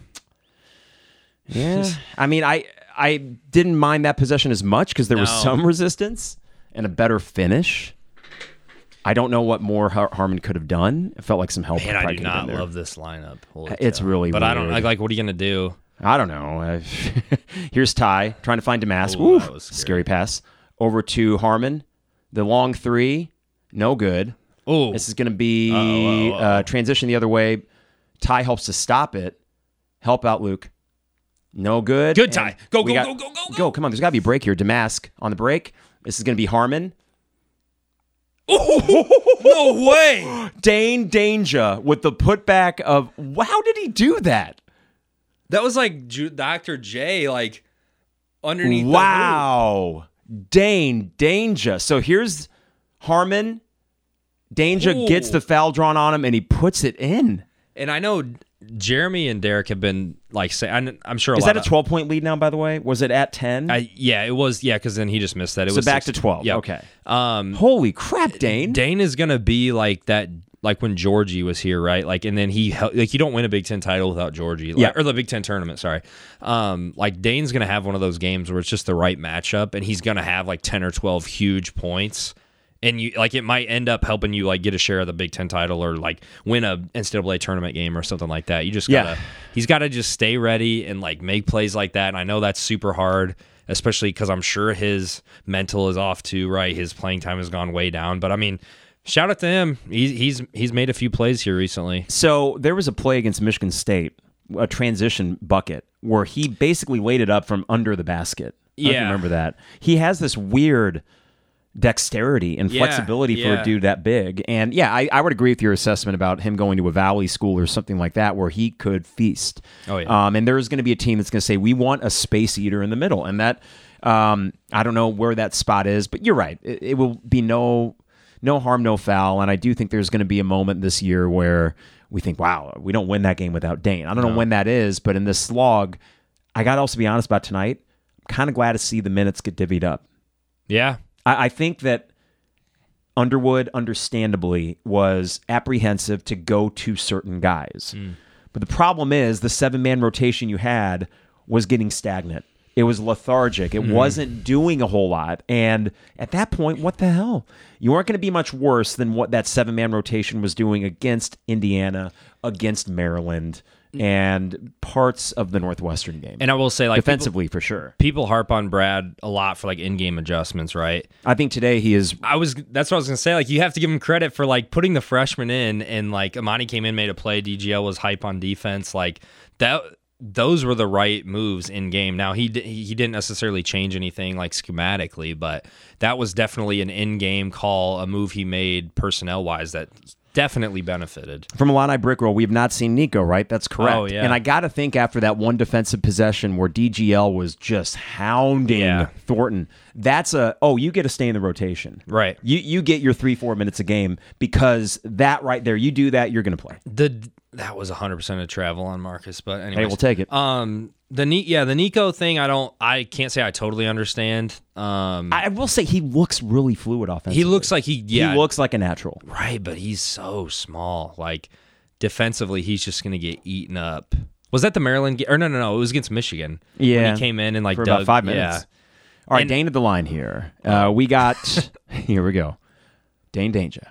Speaker 1: yeah i mean i i didn't mind that possession as much because there was
Speaker 2: No.
Speaker 1: some resistance and a better finish i don't know what more Har- harmon could have done it felt like some help
Speaker 2: And I
Speaker 1: probably
Speaker 2: do
Speaker 1: could have
Speaker 2: not
Speaker 1: been there.
Speaker 2: love this lineup. Holy
Speaker 1: It's
Speaker 2: cow.
Speaker 1: really
Speaker 2: But I don't
Speaker 1: weird.
Speaker 2: like. What are you gonna do?
Speaker 1: I don't know. Uh, Here's Ty trying to find Damas.
Speaker 2: Ooh,
Speaker 1: Oof,
Speaker 2: that was
Speaker 1: scary.
Speaker 2: scary.
Speaker 1: pass over to Harmon. The long three, no good.
Speaker 2: Oh,
Speaker 1: This is going to be
Speaker 2: Uh-oh, uh-oh,
Speaker 1: Uh, transition the other way. Ty helps to stop it. Help out Luke. No good.
Speaker 2: Good,
Speaker 1: And
Speaker 2: Ty. Go,
Speaker 1: we
Speaker 2: go, go, go, go, go.
Speaker 1: Come on. There's got to be a break here. Damask on the break. This is going to be Harmon.
Speaker 2: no way!
Speaker 1: Dane Danger with the putback of, how did he do that?
Speaker 2: That was like Ju- Dr. J, like underneath. the hoop.
Speaker 1: Wow. Dane Danger. So here's Harmon. Danger
Speaker 2: Ooh.
Speaker 1: gets the foul drawn on him and he puts it in.
Speaker 2: And I know Jeremy and Derek have been like saying. I'm- I'm sure. A
Speaker 1: Is
Speaker 2: lot
Speaker 1: that a
Speaker 2: of-
Speaker 1: 12 point lead now, by the way? Was it at 10?
Speaker 2: I, yeah, it was. Yeah, because then he just missed that. It
Speaker 1: so
Speaker 2: was
Speaker 1: back to
Speaker 2: 16.
Speaker 1: 12.
Speaker 2: Yeah.
Speaker 1: Okay.
Speaker 2: Um,
Speaker 1: Holy crap, Dane.
Speaker 2: Dane is gonna be like that, like when Georgie was here, right? Like, and then he hel- like you don't win a Big Ten title without Georgie, like,
Speaker 1: Yeah.
Speaker 2: or the Big Ten tournament. Sorry, um, like Dane's gonna have one of those games where it's just the right matchup, and he's gonna have like ten or twelve huge points, and you like it might end up helping you like get a share of the Big Ten title or like win a NCAA tournament game or something like that. You just
Speaker 1: Yeah.
Speaker 2: gotta he's got to just stay ready and like make plays like that. And I know that's super hard, especially because I'm sure his mental is off too. Right, his playing time has gone way down. But I mean, shout out to him. He's he's he's made a few plays here recently.
Speaker 1: So there was a play against Michigan State, a transition bucket, where he basically waited up from under the basket. I don't know if you
Speaker 2: Yeah.
Speaker 1: remember that. He has this weird dexterity and
Speaker 2: Yeah,
Speaker 1: flexibility for a
Speaker 2: yeah.
Speaker 1: dude that big. And yeah, I, I would agree with your assessment about him going to a valley school or something like that where he could feast.
Speaker 2: Oh, yeah.
Speaker 1: Um, and there is going to be a team that's going to say, we want a space eater in the middle. And that, um, I don't know where that spot is, but you're right. It, it will be no, no harm, no foul. And I do think there's going to be a moment this year where we think, wow, we don't win that game without Dane. I don't know when that is, but in this slog, I got to also be honest about tonight. I'm kind of glad to see the minutes get divvied up.
Speaker 2: Yeah,
Speaker 1: I, I think that Underwood, understandably, was apprehensive to go to certain guys.
Speaker 2: Hmm.
Speaker 1: But the problem is the seven man rotation you had was getting stagnant. It was lethargic.
Speaker 2: Hmm.
Speaker 1: It wasn't doing a whole lot. And at that point, what the hell? You weren't going to be much worse than what that seven man rotation was doing against Indiana, against Maryland, and parts of the Northwestern game.
Speaker 2: Hmm. and I will say like people-
Speaker 1: defensively, for sure.
Speaker 2: people harp on Brad a lot for like in-game adjustments, right?
Speaker 1: I think today he is
Speaker 2: I was that's what I was gonna say. Like you have to give him credit for like putting the freshman in and like Amani came in, made a play, DGL was hype on defense. Like that those were the right moves in game. Now he di- he didn't necessarily change anything like schematically, but that was definitely an in-game call, a move he made personnel wise that definitely benefited.
Speaker 1: from Illini Brickroll, we have not seen Nico, right? That's correct.
Speaker 2: Oh, yeah.
Speaker 1: And I got to think after that one defensive possession where DGL was just hounding
Speaker 2: Yeah.
Speaker 1: Thornton, that's a, oh, you get to stay in the rotation.
Speaker 2: Right.
Speaker 1: You, you get your three, four minutes a game because that right there, you do that, you're going to play.
Speaker 2: The that was 100% a travel on Marcus, but anyway.
Speaker 1: Hey, we'll take it.
Speaker 2: um the Ni- yeah, the Nico thing I don't I can't say I totally understand. Um
Speaker 1: I I will say he looks really fluid offensively.
Speaker 2: he looks like he yeah
Speaker 1: he looks like a natural.
Speaker 2: Right, but he's so small. Like defensively, he's just gonna get eaten up. Was that the Maryland game? Or no, no, no. It was against Michigan.
Speaker 1: Yeah.
Speaker 2: when he came in and like
Speaker 1: for
Speaker 2: dug-
Speaker 1: about five
Speaker 2: Yeah.
Speaker 1: minutes. All right,
Speaker 2: And-
Speaker 1: Dane at the line here. Uh, we got here we go. Dane Danger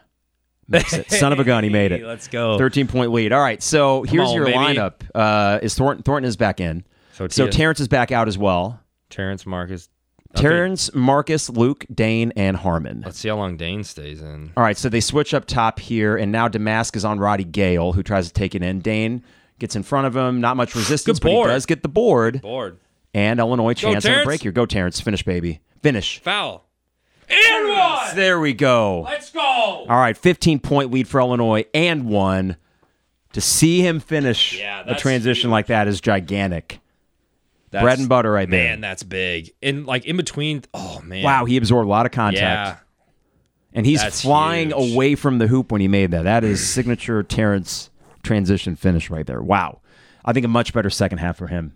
Speaker 1: makes it. Son of a gun, he made it.
Speaker 2: Hey, let's go.
Speaker 1: Thirteen point lead. All right, so here's
Speaker 2: Oh. on,
Speaker 1: your
Speaker 2: baby.
Speaker 1: lineup. Uh, is Thornton Thornton is back in.
Speaker 2: So,
Speaker 1: So
Speaker 2: Tia-
Speaker 1: Terrence is back out as well.
Speaker 2: Terrence Marcus. Okay,
Speaker 1: Terrence, Marcus, Luke, Dane, and Harmon.
Speaker 2: Let's see how long Dane stays in.
Speaker 1: All right, so they switch up top here, and now Damask is on Roddy Gale, who tries to take it in. Dane gets in front of him, not much resistance,
Speaker 2: Good
Speaker 1: but he
Speaker 2: board.
Speaker 1: does get the board.
Speaker 2: Board.
Speaker 1: And Illinois chance on a
Speaker 2: Terrence.
Speaker 1: break here. Go Terrence, finish baby, finish.
Speaker 2: Foul. And one.
Speaker 1: There we go.
Speaker 2: Let's go.
Speaker 1: All right, 15 point lead for Illinois and one. To see him finish
Speaker 2: Yeah,
Speaker 1: a
Speaker 2: that's
Speaker 1: transition like that is gigantic.
Speaker 2: That's,
Speaker 1: Bread and butter right there.
Speaker 2: Man, that's big. And like in between. Oh man.
Speaker 1: Wow, he absorbed a lot of contact.
Speaker 2: Yeah.
Speaker 1: and he's
Speaker 2: that's
Speaker 1: flying
Speaker 2: huge.
Speaker 1: away from the hoop when he made that. That is signature Terrence transition finish right there. Wow. I think a much better second half for him.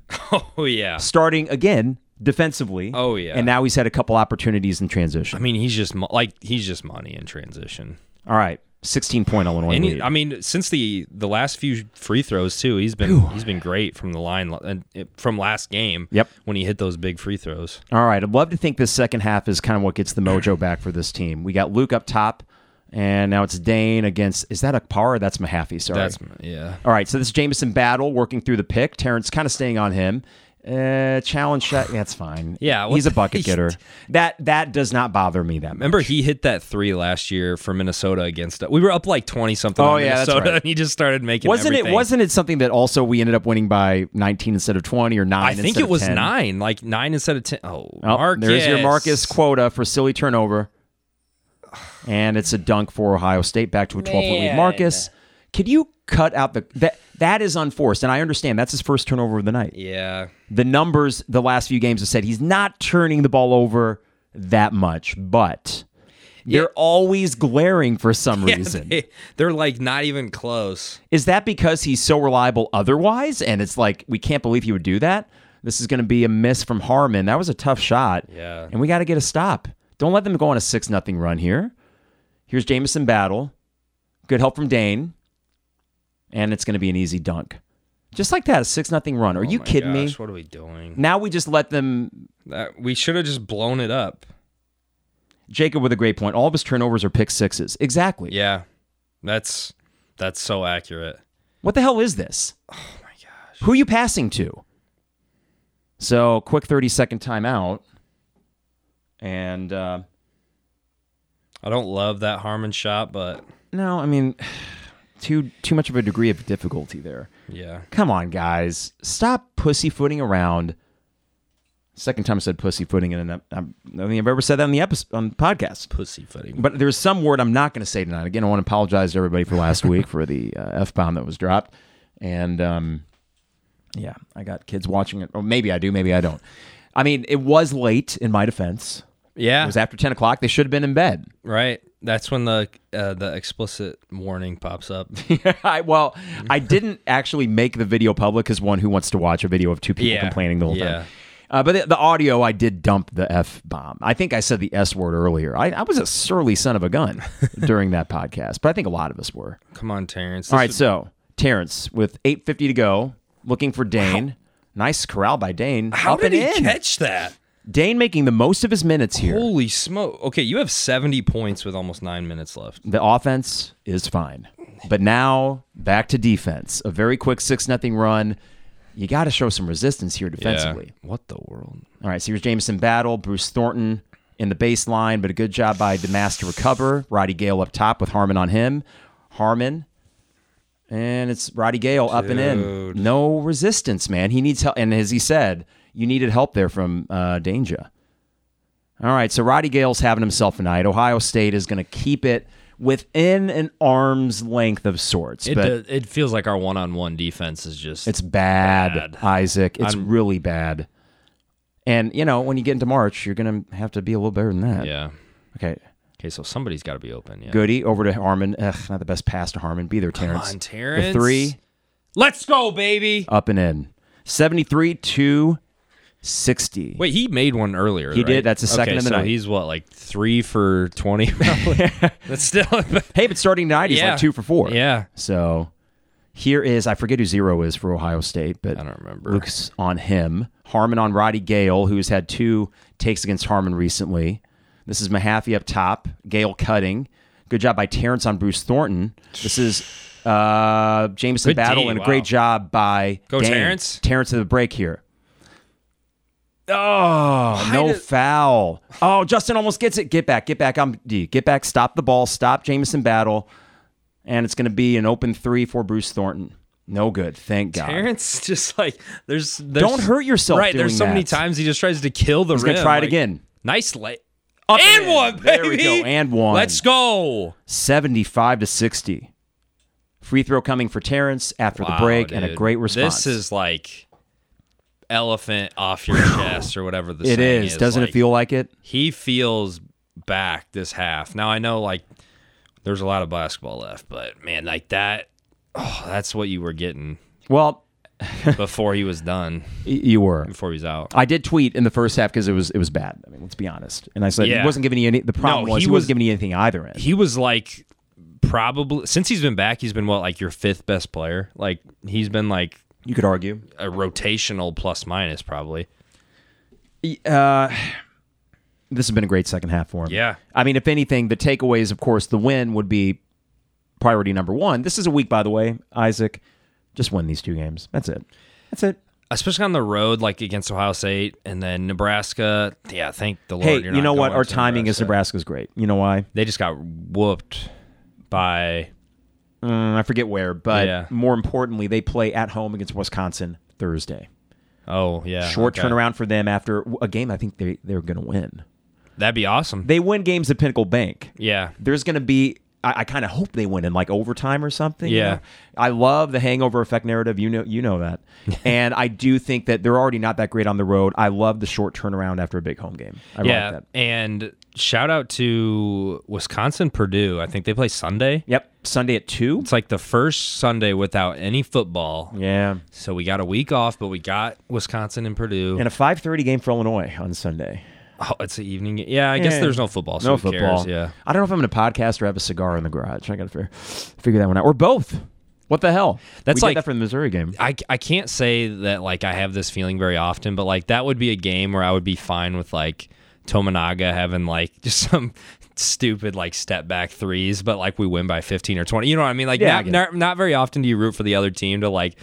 Speaker 2: Oh yeah.
Speaker 1: Starting again defensively.
Speaker 2: Oh, yeah.
Speaker 1: And now he's had a couple opportunities in transition.
Speaker 2: I mean, he's just mo- like he's just money in transition.
Speaker 1: All right. 16 point Illinois
Speaker 2: And
Speaker 1: lead.
Speaker 2: he, I mean, since the the last few free throws too, he's been he's been great from the line li- and it- from last game.
Speaker 1: Yep.
Speaker 2: when he hit those big free throws.
Speaker 1: All right. I'd love to think this second half is kind of what gets the mojo back for this team. We got Luke up top, and now it's Dane against. Is that a par? That's Mahaffey. Sorry.
Speaker 2: That's yeah.
Speaker 1: All right. So this is Jameson battle working through the pick. Terrence kind of staying on him. Uh, challenge shot. That's fine.
Speaker 2: Yeah, what
Speaker 1: he's a
Speaker 2: the-
Speaker 1: bucket getter. That that does not bother me that much.
Speaker 2: Remember he hit that three last year for Minnesota against we were up like twenty something.
Speaker 1: Oh,
Speaker 2: on
Speaker 1: yeah, that's
Speaker 2: Minnesota,
Speaker 1: right.
Speaker 2: and he just started making.
Speaker 1: Wasn't
Speaker 2: everything.
Speaker 1: it? Wasn't it something that also we ended up winning by 19 instead of 20 or nine?
Speaker 2: I think
Speaker 1: instead
Speaker 2: it
Speaker 1: of
Speaker 2: was
Speaker 1: 10?
Speaker 2: nine, like nine instead of ten. Oh,
Speaker 1: Oh,
Speaker 2: Marcus.
Speaker 1: There's your Marcus quota for silly turnover. And it's a dunk for Ohio State back to a 12 point lead.
Speaker 2: Man.
Speaker 1: Marcus, could you cut out the that that is unforced and I understand that's his first turnover of the night.
Speaker 2: Yeah,
Speaker 1: The numbers the last few games have said he's not turning the ball over that much, but they're always glaring for some reason.
Speaker 2: they, they're like not even close.
Speaker 1: Is that because he's so reliable otherwise? And it's like, we can't believe he would do that. This is going to be a miss from Harmon. That was a tough shot.
Speaker 2: Yeah.
Speaker 1: And we got to get a stop. Don't let them go on a 6 nothing run here. Here's Jameson Battle. Good help from Dane. And it's going to be an easy dunk. Just like that, a 6 nothing run. Are you
Speaker 2: Oh My
Speaker 1: kidding
Speaker 2: gosh,
Speaker 1: me?
Speaker 2: What are we doing?
Speaker 1: Now we just let them.
Speaker 2: That, we should have just blown it up.
Speaker 1: Jacob with a great point. All of his turnovers are pick sixes. Exactly.
Speaker 2: Yeah. That's that's so accurate.
Speaker 1: What the hell is this? Oh my gosh. Who are you passing to? So quick 30 second timeout. And uh,
Speaker 2: I don't love that Harmon shot, but
Speaker 1: no, I mean too too much of a degree of difficulty there.
Speaker 2: yeah.
Speaker 1: Come on, guys. Stop pussyfooting around. Second time I said pussyfooting, and I don't think I've ever said that on the episode on the podcast.
Speaker 2: Pussyfooting.
Speaker 1: But there's some word I'm not going to say tonight. Again, I want to apologize to everybody for last week for the uh, f bomb that was dropped, and um, yeah, I got kids watching it. Or maybe I do, maybe I don't. I mean, it was late in my defense. It
Speaker 2: yeah.
Speaker 1: was after ten o'clock. They should have been in bed.
Speaker 2: right. That's when the uh, the explicit warning pops up.
Speaker 1: I, well, I didn't actually make the video public as one who wants to watch a video of two people
Speaker 2: Yeah.
Speaker 1: complaining the whole
Speaker 2: Yeah.
Speaker 1: time. Uh, but the, the audio, I did dump the F bomb. I think I said the S word earlier. I, I was a surly son of a gun during that podcast, but I think a lot of us were.
Speaker 2: Come on, Terrence.
Speaker 1: All
Speaker 2: This
Speaker 1: right, so Terrence with 8.50 to go, looking for Dane. Nice corral by Dane.
Speaker 2: is- how
Speaker 1: Up
Speaker 2: did
Speaker 1: and
Speaker 2: he
Speaker 1: in.
Speaker 2: catch that?
Speaker 1: Dane making the most of his minutes here.
Speaker 2: Holy smoke. Okay, you have 70 points with almost 9 minutes left.
Speaker 1: The offense is fine. But now back to defense. A very quick 6 nothing run. You got to show some resistance here defensively.
Speaker 2: What the world?
Speaker 1: All right, so here's Jameson Battle, Bruce Thornton in the baseline, but a good job by DeMass to recover. Roddy Gale up top with Harmon on him. Harmon. And it's Roddy Gale up and in.
Speaker 2: Dude.
Speaker 1: No resistance, man. He needs help. And as he said, you needed help there from uh, Danger. All right, so Roddy Gale's having himself a night. Ohio State is going to keep it within an arm's length of sorts.
Speaker 2: It
Speaker 1: but
Speaker 2: do- it feels like our one-on-one defense is just
Speaker 1: it's bad,
Speaker 2: Bad.
Speaker 1: Isaac. It's really bad. And you know, when you get into March, you're gonna have to be a little better than that.
Speaker 2: yeah.
Speaker 1: Okay.
Speaker 2: Okay, so somebody's got to be open. Yeah.
Speaker 1: Goody over to Harmon. Ugh, not the best pass to Harmon. Be there, Terrence.
Speaker 2: on, Terrence.
Speaker 1: The three
Speaker 2: Let's go, baby.
Speaker 1: up and in. Seventy-three to sixty.
Speaker 2: Wait, he made one earlier.
Speaker 1: He
Speaker 2: right?
Speaker 1: did. That's his second
Speaker 2: okay,
Speaker 1: in the
Speaker 2: so
Speaker 1: night.
Speaker 2: He's what, like three for twenty? Probably. That's still.
Speaker 1: Hey, but starting tonight, he's
Speaker 2: Yeah.
Speaker 1: like two for four.
Speaker 2: yeah.
Speaker 1: So here is I forget who zero is for Ohio State, but
Speaker 2: I don't remember.
Speaker 1: Luke's on him. Harmon on Roddy Gale, who's had two takes against Harmon recently. This is Mahaffey up top. Gale cutting. Good job by Terrence on Bruce Thornton. This is uh, Jameson
Speaker 2: Good
Speaker 1: Battle
Speaker 2: D,
Speaker 1: and a
Speaker 2: wow.
Speaker 1: great job by
Speaker 2: Go
Speaker 1: Dane.
Speaker 2: Terrence.
Speaker 1: Terrence to the break here.
Speaker 2: Oh
Speaker 1: No foul. Oh, Justin almost gets it. Get back. Get back. I'm D. Get back. Stop the ball. Stop Jameson Battle. And it's going to be an open three for Bruce Thornton. No good. Thank God.
Speaker 2: Terrence just like there's, there's
Speaker 1: Don't hurt yourself
Speaker 2: Right.
Speaker 1: doing
Speaker 2: there's so many
Speaker 1: that.
Speaker 2: times he just tries to kill the
Speaker 1: He's going to
Speaker 2: rim,
Speaker 1: try it
Speaker 2: like,
Speaker 1: again.
Speaker 2: Nice lay. and
Speaker 1: and in.
Speaker 2: one,
Speaker 1: There we
Speaker 2: baby.
Speaker 1: go, and one.
Speaker 2: Let's go.
Speaker 1: 75 to 60. Free throw coming for Terrence after
Speaker 2: Wow,
Speaker 1: the break and a
Speaker 2: dude.
Speaker 1: great response.
Speaker 2: This is like elephant off your chest or whatever the
Speaker 1: it
Speaker 2: saying
Speaker 1: is. Doesn't
Speaker 2: Like,
Speaker 1: it feel like it?
Speaker 2: he feels back this half. Now I know like there's a lot of basketball left, but man, like that oh, that's what you were getting
Speaker 1: Well,
Speaker 2: before he was done,
Speaker 1: y- you were.
Speaker 2: before he was out.
Speaker 1: I did tweet in the first half because it was it was bad. I mean, let's be honest. And I said
Speaker 2: Yeah.
Speaker 1: he wasn't giving you any. The problem
Speaker 2: No,
Speaker 1: was
Speaker 2: he
Speaker 1: he,
Speaker 2: was-
Speaker 1: wasn't giving you anything either. End.
Speaker 2: He was like probably since he's been back, he's been what like your fifth best player. Like he's been like
Speaker 1: You could argue.
Speaker 2: a rotational plus minus probably.
Speaker 1: uh, this has been a great second half for him.
Speaker 2: Yeah.
Speaker 1: I mean, if anything, the takeaways, of course, the win would be priority number one. This is a week, by the way, Isaac. Just win these two games. That's it. That's it.
Speaker 2: Especially on the road, like against Ohio State and then Nebraska. Yeah, thank the Lord.
Speaker 1: Hey,
Speaker 2: you're
Speaker 1: you
Speaker 2: not
Speaker 1: know what?
Speaker 2: going
Speaker 1: Our
Speaker 2: to
Speaker 1: timing is
Speaker 2: Nebraska.
Speaker 1: Nebraska's great. You know why?
Speaker 2: They just got whooped by
Speaker 1: Mm, I forget where, but
Speaker 2: Yeah.
Speaker 1: more importantly, they play at home against Wisconsin Thursday.
Speaker 2: oh yeah
Speaker 1: Short
Speaker 2: okay.
Speaker 1: turnaround for them after a game. I think they they're going to win.
Speaker 2: That'd be awesome.
Speaker 1: They win games at Pinnacle Bank.
Speaker 2: yeah.
Speaker 1: there's going to be I, I kind of hope they win in like overtime or something. you
Speaker 2: Yeah.
Speaker 1: know? I love the hangover effect narrative. You know, you know that, and I do think that they're already not that great on the road. I love the short turnaround after a big home game. I
Speaker 2: yeah.
Speaker 1: like that.
Speaker 2: And shout out to Wisconsin Purdue. I think they play Sunday.
Speaker 1: Yep, Sunday at two.
Speaker 2: It's like the first Sunday without any football.
Speaker 1: Yeah,
Speaker 2: So we got a week off, but we got Wisconsin and Purdue.
Speaker 1: and a five thirty game for Illinois on Sunday.
Speaker 2: oh, it's an evening. ga- Yeah, I guess
Speaker 1: Yeah.
Speaker 2: there's no football. So
Speaker 1: No
Speaker 2: who
Speaker 1: football.
Speaker 2: Cares? Yeah.
Speaker 1: I don't know if I'm going to podcast or have a cigar in the garage. I got to figure, figure that one out, or both. What the hell?
Speaker 2: That's
Speaker 1: we
Speaker 2: like-
Speaker 1: did that for the Missouri game.
Speaker 2: I, I can't say that like I have this feeling very often, but like that would be a game where I would be fine with like Tominaga having like just some stupid like step back threes, but like we win by 15 or 20. You know what I mean? Like
Speaker 1: Yeah, I
Speaker 2: not,
Speaker 1: get it.
Speaker 2: not, not very often do you root for the other team to like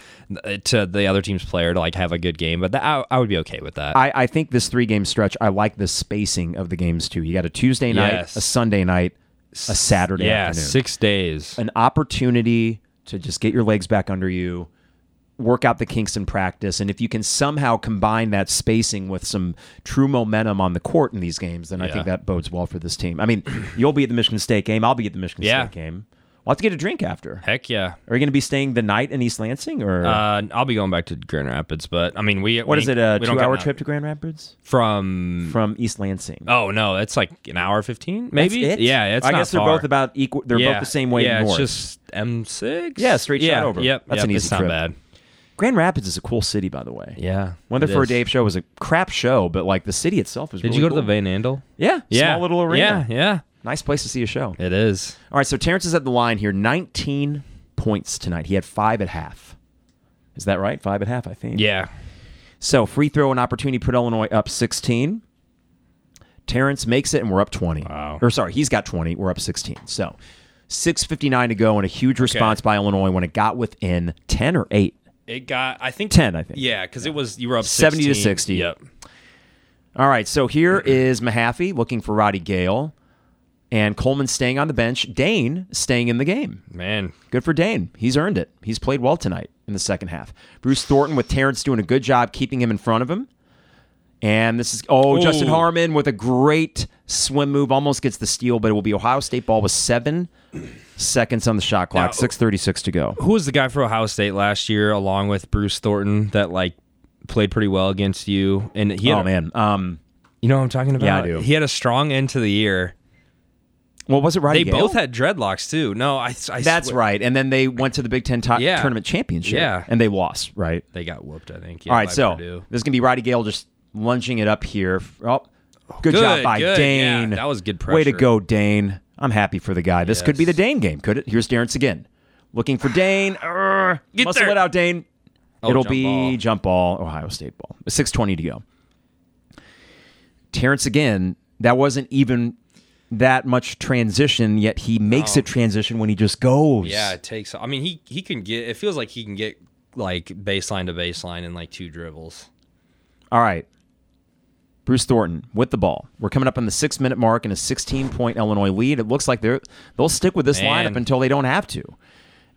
Speaker 2: to the other team's player to like have a good game, but that, I, I would be okay with that.
Speaker 1: I, I think this three game stretch, I like the spacing of the games too. You got a Tuesday night,
Speaker 2: Yes.
Speaker 1: a Sunday night, a Saturday
Speaker 2: yeah,
Speaker 1: afternoon.
Speaker 2: six days.
Speaker 1: An opportunity to just get your legs back under you, work out the kinks in practice. And if you can somehow combine that spacing with some true momentum on the court in these games, then I
Speaker 2: Yeah.
Speaker 1: think that bodes well for this team. I mean, you'll be at the Michigan State game. I'll be at the Michigan
Speaker 2: Yeah.
Speaker 1: State game. We'll have to get a drink after.
Speaker 2: Heck yeah.
Speaker 1: Are you going to be staying the night in East Lansing or
Speaker 2: Uh, I'll be going back to Grand Rapids, but I mean, we
Speaker 1: what is it, a
Speaker 2: we don't
Speaker 1: two
Speaker 2: got Mm.
Speaker 1: hour
Speaker 2: nothing.
Speaker 1: trip to Grand Rapids
Speaker 2: from
Speaker 1: from East Lansing?
Speaker 2: Oh no, that's like an hour fifteen,
Speaker 1: That's
Speaker 2: maybe.
Speaker 1: it?
Speaker 2: Yeah, it's
Speaker 1: I
Speaker 2: not
Speaker 1: guess they're
Speaker 2: far.
Speaker 1: both about equal. They're
Speaker 2: yeah.
Speaker 1: both the same way
Speaker 2: Yeah,
Speaker 1: north.
Speaker 2: it's just M six.
Speaker 1: Yeah, straight shot
Speaker 2: yeah,
Speaker 1: over.
Speaker 2: Yep,
Speaker 1: That's
Speaker 2: yep,
Speaker 1: an easy
Speaker 2: It's not
Speaker 1: trip.
Speaker 2: bad.
Speaker 1: Grand Rapids is a cool city, by the way.
Speaker 2: Yeah,
Speaker 1: Wonder
Speaker 2: it
Speaker 1: for a
Speaker 2: is.
Speaker 1: Dave show was a crap show, but like the city itself was.
Speaker 2: Did
Speaker 1: really
Speaker 2: you go to
Speaker 1: cool.
Speaker 2: the Van Andel?
Speaker 1: Yeah,
Speaker 2: Yeah,
Speaker 1: small little arena.
Speaker 2: Yeah,
Speaker 1: nice place to see a show.
Speaker 2: yeah, it is.
Speaker 1: All right, so Terrence is at the line here. Nineteen points tonight. He had five at half. Is that right? Five at half, I think.
Speaker 2: Yeah,
Speaker 1: So free throw and opportunity put Illinois up sixteen. Terrence makes it, and we're up twenty.
Speaker 2: Wow.
Speaker 1: Or sorry, he's got twenty. We're up sixteen. So six fifty nine to go, and a huge response by Illinois when it got within ten or eight.
Speaker 2: it got. I think
Speaker 1: 10, I think.
Speaker 2: Yeah, because it was you were up
Speaker 1: 70 to
Speaker 2: 16.
Speaker 1: 60.
Speaker 2: Yep.
Speaker 1: All right, so here
Speaker 2: Mm-hmm.
Speaker 1: is Mahaffey looking for Roddy Gale, and Coleman staying on the bench. Dane staying in the game.
Speaker 2: Man,
Speaker 1: Good for Dane. He's earned it. He's played well tonight in the second half. Bruce Thornton with Terrence doing a good job keeping him in front of him. And this is oh Justin
Speaker 2: Ooh.
Speaker 1: Harmon with a great swim move, almost gets the steal, but it will be Ohio State ball with seven seconds on the shot clock,
Speaker 2: Now-
Speaker 1: six thirty six to go.
Speaker 2: who was the guy for Ohio State last year, along with Bruce Thornton, that like played pretty well against you, and he had
Speaker 1: Oh
Speaker 2: a-
Speaker 1: man, um,
Speaker 2: you know what I'm talking about?
Speaker 1: Yeah, I do.
Speaker 2: He had a strong end to the year.
Speaker 1: well was it Roddy?
Speaker 2: They
Speaker 1: Gale?
Speaker 2: both had dreadlocks too. No, I. I
Speaker 1: That's
Speaker 2: swear-
Speaker 1: right. And then they went to the Big Ten to-
Speaker 2: Yeah.
Speaker 1: tournament championship.
Speaker 2: Yeah.
Speaker 1: and they lost. Right.
Speaker 2: They got whooped, I think.
Speaker 1: All right, so this is gonna be Roddy Gale just lunging it up here. Oh, good, job
Speaker 2: Good,
Speaker 1: by
Speaker 2: good. Yeah,
Speaker 1: Dane.
Speaker 2: that was good
Speaker 1: Way to
Speaker 2: pressure.
Speaker 1: go, Dane. I'm happy for the guy. This could be the
Speaker 2: Yes.
Speaker 1: Dane game, could it? Here's Darren's again, looking for Dane. Arrgh.
Speaker 2: Get
Speaker 1: Muscle
Speaker 2: there. Oh,
Speaker 1: it out, Dane. It'll
Speaker 2: jump
Speaker 1: be
Speaker 2: ball.
Speaker 1: jump ball, Ohio State ball. Six twenty to go. Terrence again. That wasn't even that much transition, yet he makes a transition when he just goes.
Speaker 2: yeah, it takes. I mean, he he can get. It feels like he can get like baseline to baseline in like two dribbles.
Speaker 1: All right. Bruce Thornton with the ball. We're coming up on the six minute mark and a 16 point Illinois lead. It looks like they're, they'll stick with this
Speaker 2: Man.
Speaker 1: lineup until they don't have to.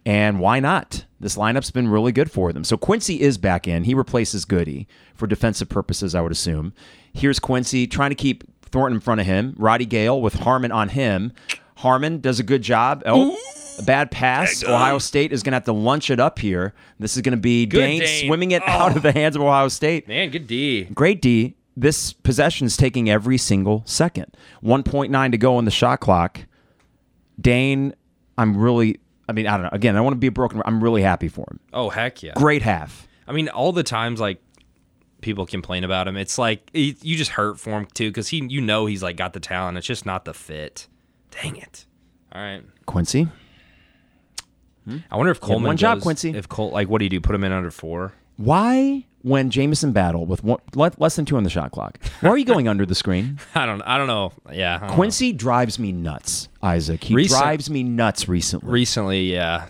Speaker 1: And why not? This lineup's been really good for them. So Quincy is back in. He replaces Goody for defensive purposes, I would assume. Here's Quincy trying to keep Thornton in front of him. Roddy Gale with Harmon on him. Harmon does a good job. Oh, a bad pass. Ohio State is going to have to lunch it up here. This is going to be Dane,
Speaker 2: Dane. Oh.
Speaker 1: swimming it out of the hands of Ohio State.
Speaker 2: Man, good D.
Speaker 1: Great D. This possession's taking every single second. 1.9 to go on the shot clock. Dane, I'm really, I mean, I don't know. Again, I want to be a broken. I'm really happy for him.
Speaker 2: Oh heck yeah.
Speaker 1: Great half.
Speaker 2: I mean, all the times like people complain about him, it's like it, you just hurt for him too because he you know he's like got the talent. It's just not the fit. Dang it. All right.
Speaker 1: Quincy,
Speaker 2: I wonder if Coleman
Speaker 1: one job,
Speaker 2: goes-
Speaker 1: Quincy.
Speaker 2: If Col like, what do you do? Put him in under four?
Speaker 1: why, when Jameson Battle with one, le- less than two on the shot clock, why are you going under the screen?
Speaker 2: I don't. I don't know. Yeah. I don't know.
Speaker 1: Quincy drives me nuts, Isaac. He
Speaker 2: Recent-
Speaker 1: drives me nuts recently.
Speaker 2: Recently, yeah.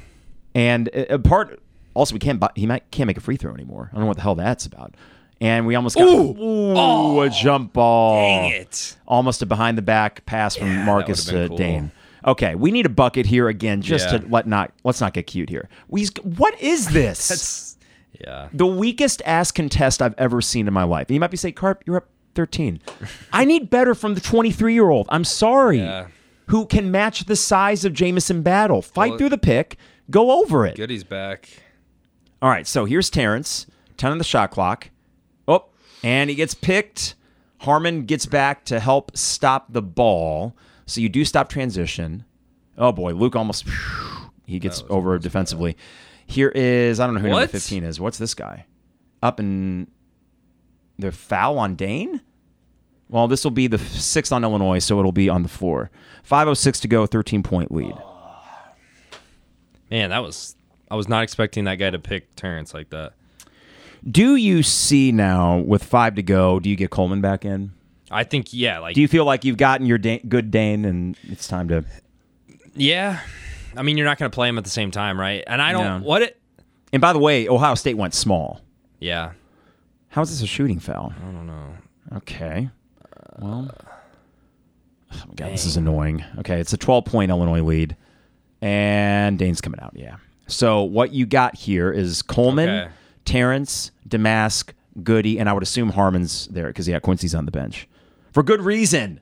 Speaker 1: And uh, a part also we can't bu- he might, can't make a free throw anymore. I don't know what the hell that's about. And we almost got
Speaker 2: Ooh!
Speaker 1: Ooh, a jump ball.
Speaker 2: Dang it.
Speaker 1: Almost a behind the back pass from Marcus
Speaker 2: would've been
Speaker 1: to
Speaker 2: cool.
Speaker 1: Dane. Okay, we need a bucket here again just
Speaker 2: Yeah.
Speaker 1: to let not let's not get cute here. We what is this?
Speaker 2: That's. Yeah.
Speaker 1: the weakest ass contest I've ever seen in my life. And you might be saying, Carp, you're up 13. I need better from the 23 year old. I'm sorry.
Speaker 2: Yeah.
Speaker 1: Who can match the size of Jamison Battle? Fight
Speaker 2: Well-
Speaker 1: through the pick, go over it.
Speaker 2: Good. He's back.
Speaker 1: All right, so here's Terrence, 10 on the shot clock. Oh, and he gets picked. Harmon gets back to help stop the ball. So you do stop transition. Oh boy, Luke almost he gets over defensively. Here is I don't know who number
Speaker 2: What?
Speaker 1: 15 is. What's this guy? Up and the foul on Dane? Well, this will be the sixth on Illinois, so it'll be on the floor. 5.06 to go, 13 point lead.
Speaker 2: Man, that was I was not expecting that guy to pick Terrence like that.
Speaker 1: Do you see now with five to go? Do you get Coleman back in?
Speaker 2: I think yeah, like
Speaker 1: Do you feel like you've gotten your da- good Dane and it's time to?
Speaker 2: yeah. I mean, you're not going to play them at the same time, right? And I don't
Speaker 1: No.
Speaker 2: what it.
Speaker 1: And by the way, Ohio State went small.
Speaker 2: Yeah,
Speaker 1: How is this a shooting foul?
Speaker 2: I don't know.
Speaker 1: Okay. Well, oh my God, this is annoying. Okay, it's a 12 point Illinois lead, and Dane's coming out. Yeah. So what you got here is Coleman,
Speaker 2: Okay.
Speaker 1: Terrence, Damask, Goody, and I would assume Harmon's there because yeah, Quincy's on the bench for good reason.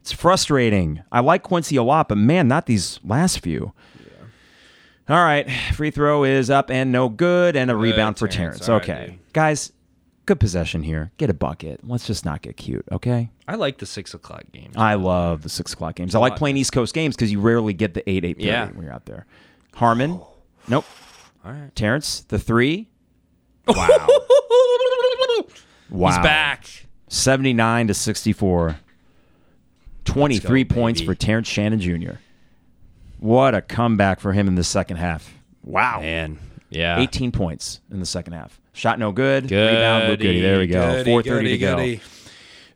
Speaker 1: It's frustrating. I like Quincy a lot, but man, not these last few. All right, free throw is up and no good, and a rebound for
Speaker 2: Terrence.
Speaker 1: Terrence.
Speaker 2: All right,
Speaker 1: okay,
Speaker 2: dude.
Speaker 1: guys, good possession here. Get a bucket. Let's just not get cute, okay?
Speaker 2: I like the six o'clock games.
Speaker 1: I love the six o'clock games. I like playing East Coast games because you rarely get the eight eight thirty
Speaker 2: Yeah.
Speaker 1: when you're out there. Harmon, nope.
Speaker 2: All right.
Speaker 1: Terrence, the three.
Speaker 2: Wow.
Speaker 1: Wow,
Speaker 2: He's back.
Speaker 1: Seventy nine to sixty four. Twenty three points
Speaker 2: baby.
Speaker 1: for Terrence Shannon Jr. What a comeback for him in the second half. Wow.
Speaker 2: Man. Yeah.
Speaker 1: 18 points in the second half. Shot no good. Rebound, Luke Goody. There we go. 4:30 to go.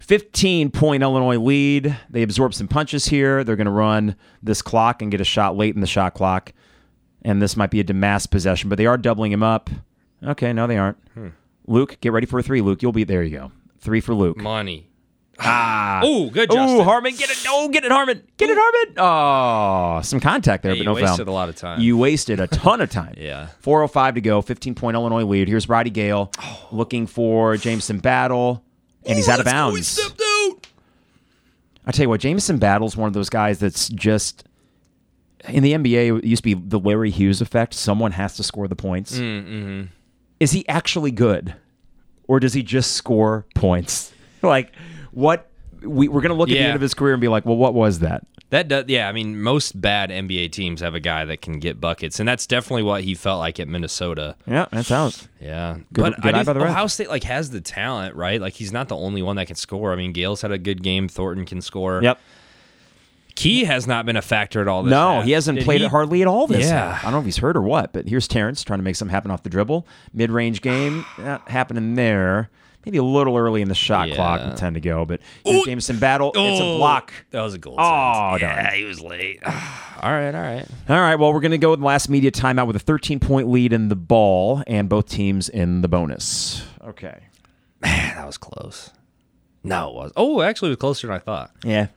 Speaker 1: 15 point Illinois lead. They absorb some punches here. They're going to run this clock and get a shot late in the shot clock. And this might be a Damas possession, but they are doubling him up. Okay, no, they aren't. Luke, get ready for a three. Luke, you'll be there. You go. Three for Luke.
Speaker 2: Money.
Speaker 1: Ah.
Speaker 2: Oh, good.
Speaker 1: Ooh,
Speaker 2: Justin.
Speaker 1: Harmon, get it. No, get it, Harmon. Get it, Harmon. Oh, some contact there,
Speaker 2: Hey,
Speaker 1: but no
Speaker 2: you
Speaker 1: foul.
Speaker 2: wasted a lot of time.
Speaker 1: You wasted a ton of time.
Speaker 2: Yeah.
Speaker 1: 405 to go, 15 point Illinois lead. Here's Roddy Gale looking for Jameson Battle, and he's out of bounds. I tell you what, Jameson Battle's one of those guys that's just in the NBA. It used to be the Larry Hughes effect. Someone has to score the points. Is he actually good, or does he just score points? like what we, we're going to look at the
Speaker 2: Yeah.
Speaker 1: end of his career and be like, well, what was that?
Speaker 2: That does, yeah. I mean, most bad NBA teams have a guy that can get buckets, and that's definitely what he felt like at Minnesota.
Speaker 1: Yeah, that sounds.
Speaker 2: Yeah,
Speaker 1: Good-
Speaker 2: but
Speaker 1: good
Speaker 2: I
Speaker 1: eye
Speaker 2: do,
Speaker 1: by the ref.
Speaker 2: Ohio State like has the talent, right? Like he's not the only one that can score. I mean, Gale's had a good game. Thornton can score.
Speaker 1: Yep.
Speaker 2: Key has not been a factor at all. This
Speaker 1: No,
Speaker 2: half.
Speaker 1: he hasn't
Speaker 2: Did
Speaker 1: played
Speaker 2: he-
Speaker 1: it hardly at all this
Speaker 2: Yeah.
Speaker 1: half. I don't know if he's hurt or what, but here's Terrence trying to make something happen off the dribble. Mid range game, not happening there. Maybe a little early in the shot clock
Speaker 2: Yeah.
Speaker 1: with 10 to go, but here's Jameson Battle. It's a
Speaker 2: Oh,
Speaker 1: block.
Speaker 2: That was a goal.
Speaker 1: Oh, darn.
Speaker 2: yeah, he was late. all right, all right.
Speaker 1: All right, well, we're going to go with the last media timeout with a 13 point lead in the ball and both teams in the bonus. Okay.
Speaker 2: That was close. No, it was. Oh, actually, it was closer than I thought.
Speaker 1: Yeah.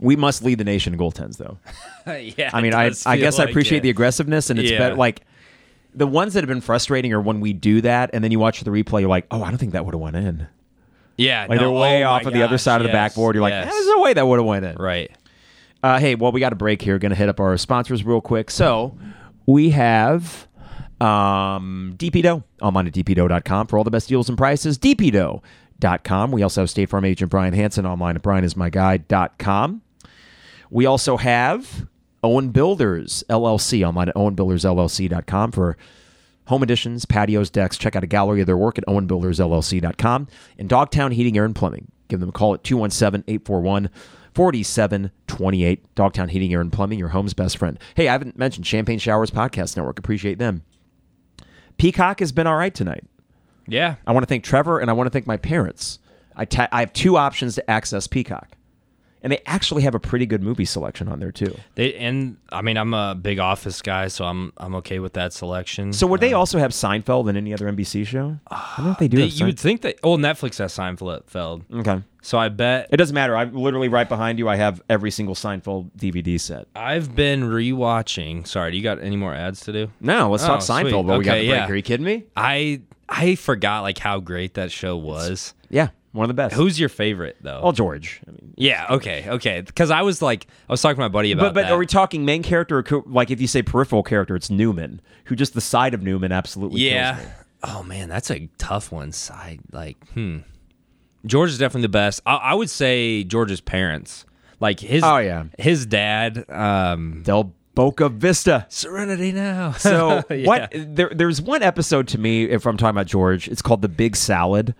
Speaker 1: We must lead the nation in goaltends, though.
Speaker 2: yeah.
Speaker 1: I mean,
Speaker 2: it
Speaker 1: I,
Speaker 2: does
Speaker 1: I
Speaker 2: feel
Speaker 1: guess I
Speaker 2: like
Speaker 1: appreciate
Speaker 2: it.
Speaker 1: the aggressiveness, and it's
Speaker 2: Yeah.
Speaker 1: better. Like the ones that have been frustrating are when we do that, and then you watch the replay, you're like, oh, I don't think that would have went in.
Speaker 2: Yeah,
Speaker 1: Like
Speaker 2: no,
Speaker 1: they're way
Speaker 2: oh
Speaker 1: off
Speaker 2: my
Speaker 1: of the other
Speaker 2: gosh,
Speaker 1: side of the
Speaker 2: yes,
Speaker 1: backboard. You're like,
Speaker 2: yes.
Speaker 1: "Eh, there's no way that would have went in.
Speaker 2: right.
Speaker 1: Uh, hey, well, we got a break here. Going to hit up our sponsors real quick. So we have um, DP Dough. I'm on at dpdough.com for all the best deals and prices. dpdough.com. We also have State Farm agent Brian Hansen online at brianismyguy.com. We also have Owen Builders LLC online at owenbuildersllc.com for home additions, patios, decks. Check out a gallery of their work at owenbuildersllc.com and Dogtown Heating, Air, and Plumbing. Give them a call at 217 841 4728. Dogtown Heating, Air, and Plumbing, your home's best friend. Hey, I haven't mentioned Champagne Showers Podcast Network. Appreciate them. Peacock has been all right tonight.
Speaker 2: Yeah.
Speaker 1: I want to thank Trevor and I want to thank my parents. I ta- I have two options to access Peacock. And they actually have a pretty good movie selection on there too.
Speaker 2: They and I mean I'm a big office guy, so I'm I'm okay with that selection.
Speaker 1: So would they also have Seinfeld and any other NBC show? I don't know if they do.
Speaker 2: Uh. They-
Speaker 1: have
Speaker 2: you would think that oh Netflix has Seinfeld.
Speaker 1: Sein- okay.
Speaker 2: So I bet
Speaker 1: It doesn't matter. I'm literally right behind you. I have every single Seinfeld DVD set.
Speaker 2: I've been rewatching. Sorry, do you got any more ads to do?
Speaker 1: No, let's talk
Speaker 2: Oh,
Speaker 1: Seinfeld
Speaker 2: sweet.
Speaker 1: while we got
Speaker 2: Okay,
Speaker 1: the break.
Speaker 2: yeah.
Speaker 1: Are you kidding me?
Speaker 2: I I forgot like how great that show was.
Speaker 1: Yeah, one of the best.
Speaker 2: Who's your favorite though?
Speaker 1: Well, George. I mean,
Speaker 2: yeah, okay, okay. Because I was like I was talking to my buddy about
Speaker 1: but but
Speaker 2: that.
Speaker 1: are we talking main character or co- like if you say peripheral character, it's Newman, who just the side of Newman absolutely kills
Speaker 2: yeah.
Speaker 1: me.
Speaker 2: Oh man, that's a tough one. Side like hmm. George is definitely the best. I, I would say George's parents. Like his
Speaker 1: Oh, yeah.
Speaker 2: his dad um
Speaker 1: Del Boca Vista.
Speaker 2: Serenity now.
Speaker 1: So
Speaker 2: Yeah.
Speaker 1: what? There, there's one episode to me, if I'm talking about George, it's called the Big Salad,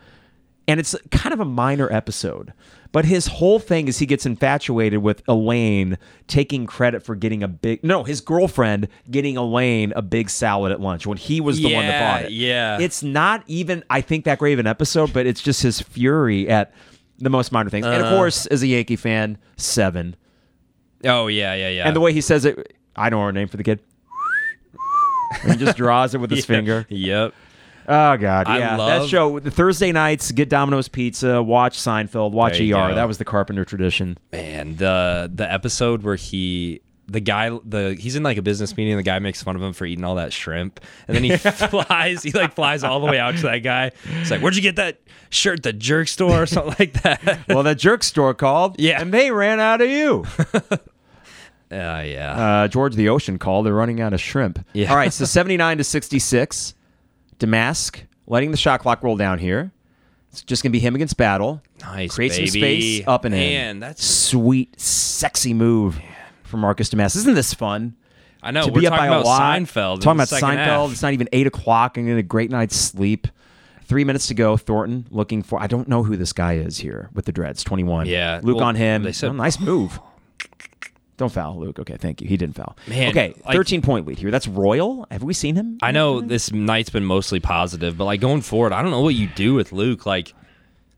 Speaker 1: and it's kind of a minor episode. But his whole thing is he gets infatuated with Elaine taking credit for getting a big no, his girlfriend getting Elaine a big salad at lunch when he was the one that
Speaker 2: Yeah,
Speaker 1: bought it.
Speaker 2: yeah.
Speaker 1: it's not even I think that great of an episode, but it's just his fury at the most minor things. and of
Speaker 2: Uh.
Speaker 1: course, as a Yankee fan, seven.
Speaker 2: Oh yeah, yeah, yeah.
Speaker 1: And the way he says it, I don't know her name for the kid. and he just draws it with his finger.
Speaker 2: Yep.
Speaker 1: Oh God,
Speaker 2: I
Speaker 1: yeah. that
Speaker 2: love-
Speaker 1: show the Thursday nights. Get Domino's Pizza. Watch Seinfeld. Watch
Speaker 2: There you
Speaker 1: ER.
Speaker 2: go.
Speaker 1: That was the Carpenter tradition.
Speaker 2: Man, the the episode where he the guy the he's in like a business meeting and the guy makes fun of him for eating all that shrimp and then he flies he like flies all the way out to that guy it's like where'd you get that shirt the jerk store or something like that
Speaker 1: Well, that jerk store called.
Speaker 2: Yeah.
Speaker 1: and they ran out of you.
Speaker 2: yeah Ah, yeah
Speaker 1: Uh, George the Ocean called. They're running out of shrimp.
Speaker 2: Yeah.
Speaker 1: All right, so seventy nine to sixty six. Damask letting the shot clock roll down here. It's just gonna be him against Battle.
Speaker 2: nice
Speaker 1: Create some
Speaker 2: baby.
Speaker 1: space up and in.
Speaker 2: man that's
Speaker 1: Sweet, sexy move from Marcus Damask. Isn't this fun?
Speaker 2: I know
Speaker 1: to
Speaker 2: Oh, we're
Speaker 1: be up
Speaker 2: talking
Speaker 1: by a
Speaker 2: about
Speaker 1: lot.
Speaker 2: Seinfeld in
Speaker 1: Talking
Speaker 2: the
Speaker 1: about
Speaker 2: second
Speaker 1: Seinfeld.
Speaker 2: half.
Speaker 1: It's not even eight o'clock. I'm getting a great night's sleep. Three minutes to go. Thornton looking for. I don't know who this guy is here with the dreads. Twenty one.
Speaker 2: Yeah,
Speaker 1: Luke
Speaker 2: well,
Speaker 1: on him.
Speaker 2: they said-
Speaker 1: Oh, nice move. Don't foul, Luke. Okay, thank you. He didn't foul.
Speaker 2: Man,
Speaker 1: okay,
Speaker 2: like-
Speaker 1: thirteen point lead here. That's royal. Have we seen him?
Speaker 2: I know this night's been mostly positive, but like going forward, I don't know what you do with Luke. Like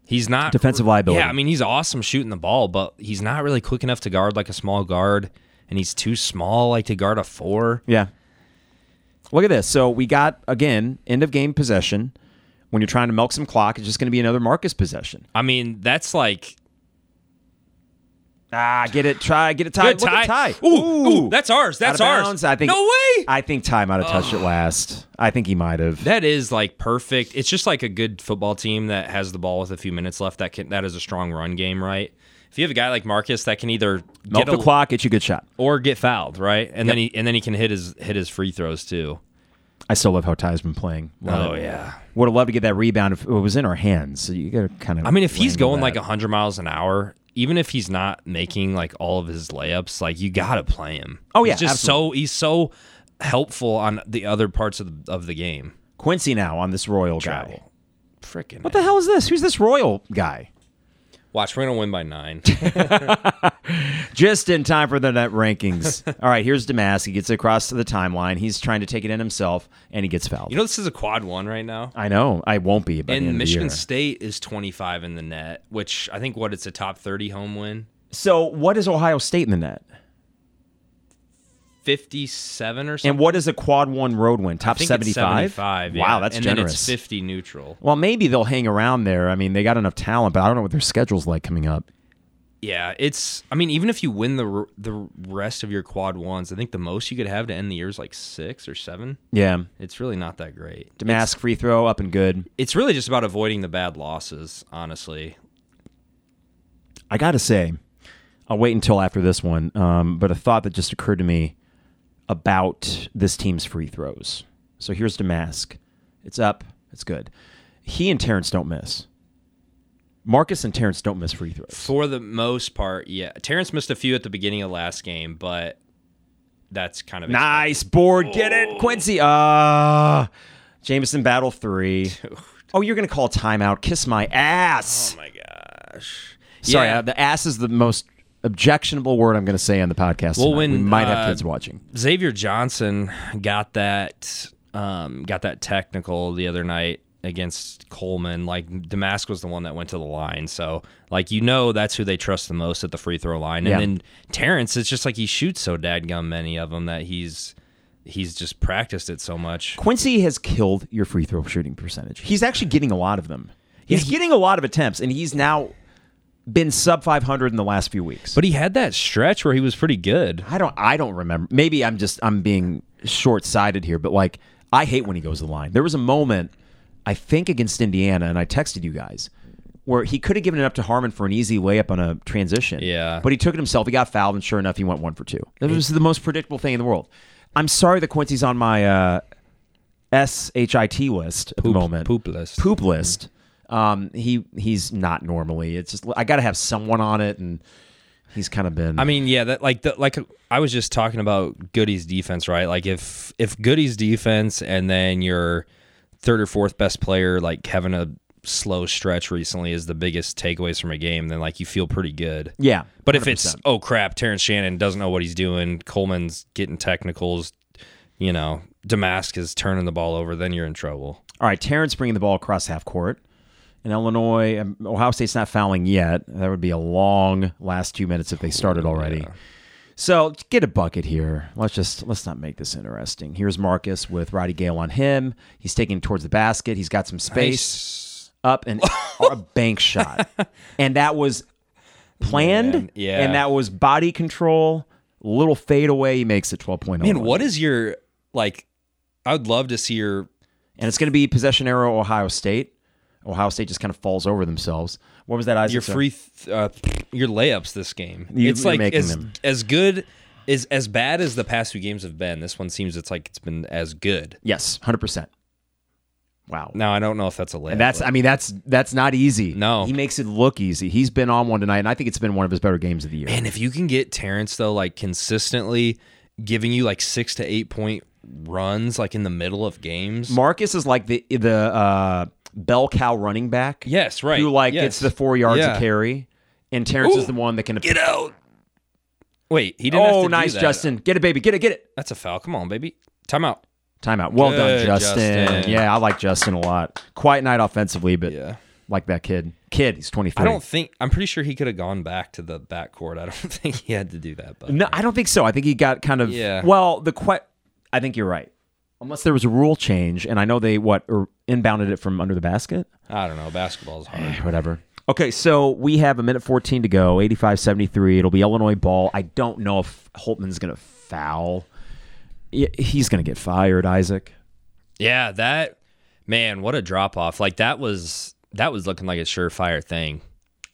Speaker 2: he's not
Speaker 1: Defensive liability.
Speaker 2: Yeah, I mean he's awesome shooting the ball, but he's not really quick enough to guard like a small guard, and he's too small like to guard a four.
Speaker 1: Yeah. Look at this. So we got again end of game possession. When you're trying to milk some clock, it's just going to be another Marcus possession.
Speaker 2: I mean that's like
Speaker 1: Ah, get it. Try get it tied.
Speaker 2: good
Speaker 1: Look at
Speaker 2: tie.
Speaker 1: tie.
Speaker 2: Ooh, ooh, that's ours. That's
Speaker 1: out of
Speaker 2: ours.
Speaker 1: bounds. I think.
Speaker 2: no way.
Speaker 1: I think Ty might have touched it last. I think he might have.
Speaker 2: that is like perfect. It's just like a good football team that has the ball with a few minutes left. That can that is a strong run game, right? If you have a guy like Marcus that can either
Speaker 1: Milk
Speaker 2: get
Speaker 1: the
Speaker 2: a,
Speaker 1: clock, get you a good shot.
Speaker 2: or get fouled, right? And then he and then he can hit his hit his free throws too.
Speaker 1: I still love how Ty's been playing. Love
Speaker 2: Oh,
Speaker 1: it.
Speaker 2: yeah.
Speaker 1: Would have loved to get that rebound if it was in our hands. So you got to kind of.
Speaker 2: I mean, if he's going like 100 miles an hour, even if he's not making like all of his layups, like you got to play him.
Speaker 1: Oh, yeah,
Speaker 2: He's just so he's so helpful on the other parts of the, of the game.
Speaker 1: Quincy now on this Royal guy.
Speaker 2: Travel. Freaking.
Speaker 1: What the hell is this? Who's this Royal guy?
Speaker 2: Watch, we're going to win by 9.
Speaker 1: Just in time for the net rankings. All right, here's Damask. He gets across to the timeline. He's trying to take it in himself, and he gets fouled.
Speaker 2: you know this is a quad 1 right now.
Speaker 1: I know. I won't be. By the end of
Speaker 2: And
Speaker 1: the
Speaker 2: Michigan
Speaker 1: year.
Speaker 2: State is 25 in the net, which I think what it's a top 30 home win.
Speaker 1: So what is Ohio State in the net?
Speaker 2: 57 or something.
Speaker 1: And what is a quad one road win? Top
Speaker 2: I think it's
Speaker 1: 75?
Speaker 2: 75. yeah.
Speaker 1: Wow, that's
Speaker 2: and
Speaker 1: generous.
Speaker 2: then it's 50 neutral.
Speaker 1: Well, maybe they'll hang around there. I mean, they got enough talent, but I don't know what their schedule's like coming up.
Speaker 2: Yeah, it's. I mean, even if you win the r- the rest of your quad ones, I think the most you could have to end the year is like six or seven.
Speaker 1: Yeah.
Speaker 2: It's really not that great.
Speaker 1: Damask free throw up and good.
Speaker 2: It's really just about avoiding the bad losses, honestly.
Speaker 1: I got to say, I'll wait until after this one, um, but a thought that just occurred to me about this team's free throws. So here's Damask. It's up. It's good. He and Terrence don't miss. Marcus and Terrence don't miss free throws.
Speaker 2: For the most part, yeah. Terrence missed a few at the beginning of last game, but that's kind of
Speaker 1: Nice board. Get
Speaker 2: Oh.
Speaker 1: it, Quincy. Ah, Jameson battle three. Oh, you're gonna call timeout. Kiss my ass.
Speaker 2: Oh my gosh.
Speaker 1: Sorry,
Speaker 2: Yeah.
Speaker 1: uh, the ass is the most objectionable word I'm gonna say on the podcast.
Speaker 2: Well,
Speaker 1: tonight.
Speaker 2: when,
Speaker 1: we might have
Speaker 2: uh,
Speaker 1: kids watching.
Speaker 2: Xavier Johnson got that um, got that technical the other night against Coleman. Like Damask was the one that went to the line, so like you know that's who they trust the most at the free throw line. And
Speaker 1: Yeah.
Speaker 2: then Terrence, it's just like he shoots so dadgum many of them that he's he's just practiced it so much.
Speaker 1: Quincy has killed your free throw shooting percentage. He's actually getting a lot of them. He's getting a lot of attempts, and he's now been sub 500 in the last few weeks.
Speaker 2: But he had that stretch where he was pretty good.
Speaker 1: I don't I don't remember. Maybe I'm just I'm being short sighted here, but like I hate when he goes to the line. There was a moment, I think against Indiana, and I texted you guys, where he could have given it up to Harmon for an easy layup on a transition.
Speaker 2: Yeah.
Speaker 1: But he took it himself, he got fouled, and sure enough he went one for two. That was the most predictable thing in the world. I'm sorry that Quincy's on my uh S H I T list at the moment
Speaker 2: Poop list.
Speaker 1: poop list. Um, he he's not normally. It's just I got to have someone on it, and he's kind of been.
Speaker 2: I mean, yeah, that like the, like I was just talking about Goody's defense, right? Like if if Goody's defense and then your third or fourth best player like having a slow stretch recently is the biggest takeaways from a game, then like you feel pretty good.
Speaker 1: yeah.
Speaker 2: But if it's
Speaker 1: 100%.
Speaker 2: oh crap, Terrence Shannon doesn't know what he's doing, Coleman's getting technicals, you know, Damask is turning the ball over, then you're in trouble.
Speaker 1: all right, Terrence bringing the ball across half court, and Illinois, um, Ohio State's not fouling yet. That would be a long last two minutes if they started already. So get a bucket here. Let's just let's not make this interesting. Here's Marcus with Roddy Gale on him. He's taking towards the basket. He's got some space up and a bank shot, and that was planned.
Speaker 2: Man, yeah.
Speaker 1: and that was body control. Little fade away. He makes it twelve point. oh
Speaker 2: Man, what is your like? I would love to see your.
Speaker 1: And it's going to be possession arrow Ohio State. Ohio State just kind of falls over themselves. What was that? Isaac
Speaker 2: your
Speaker 1: said?
Speaker 2: free th- uh, your layups this game.
Speaker 1: You-
Speaker 2: it's
Speaker 1: you're
Speaker 2: like
Speaker 1: making
Speaker 2: as
Speaker 1: them.
Speaker 2: as good as as bad as the past two games have been. This one seems it's like it's been as good.
Speaker 1: Yes, hundred percent. Wow.
Speaker 2: Now I don't know if that's a layup.
Speaker 1: And that's I mean that's that's not easy.
Speaker 2: No.
Speaker 1: He makes it look easy. He's been on one tonight and I think it's been one of his better games of the year.
Speaker 2: and if you can get Terrence though, like consistently giving you like six to eight point runs, like in the middle of games.
Speaker 1: Marcus is like the the uh bell cow running back.
Speaker 2: yes, right.
Speaker 1: Who like
Speaker 2: yes.
Speaker 1: gets the 4 yards
Speaker 2: Yeah.
Speaker 1: of carry and Terrence is
Speaker 2: Ooh.
Speaker 1: the one that can
Speaker 2: Get out. Wait, he didn't. have to
Speaker 1: Oh,
Speaker 2: do
Speaker 1: nice
Speaker 2: that.
Speaker 1: Justin. Get it baby. Get it. Get it.
Speaker 2: That's a foul. Come on, baby. Timeout.
Speaker 1: Timeout. Well done
Speaker 2: Good,
Speaker 1: Justin.
Speaker 2: Justin.
Speaker 1: Yeah, I like Justin a lot. Quiet night offensively, but
Speaker 2: Yeah.
Speaker 1: like that kid. Kid, he's 23.
Speaker 2: I don't think I'm pretty sure he could have gone back to the backcourt. I don't think he had to do that, but
Speaker 1: No, I don't think so. I think he got kind of
Speaker 2: Yeah.
Speaker 1: well, the que- I think you're right. Unless there was a rule change and I know they what or inbounded it from under the basket.
Speaker 2: I don't know. Basketball is hard.
Speaker 1: whatever. Okay, so we have a minute 14 to go, 85-73. It'll be Illinois ball. I don't know if Holtman's going to foul. Y- He's going to get fired, Isaac.
Speaker 2: Yeah, that man, what a drop off. Like that was that was looking like a surefire thing.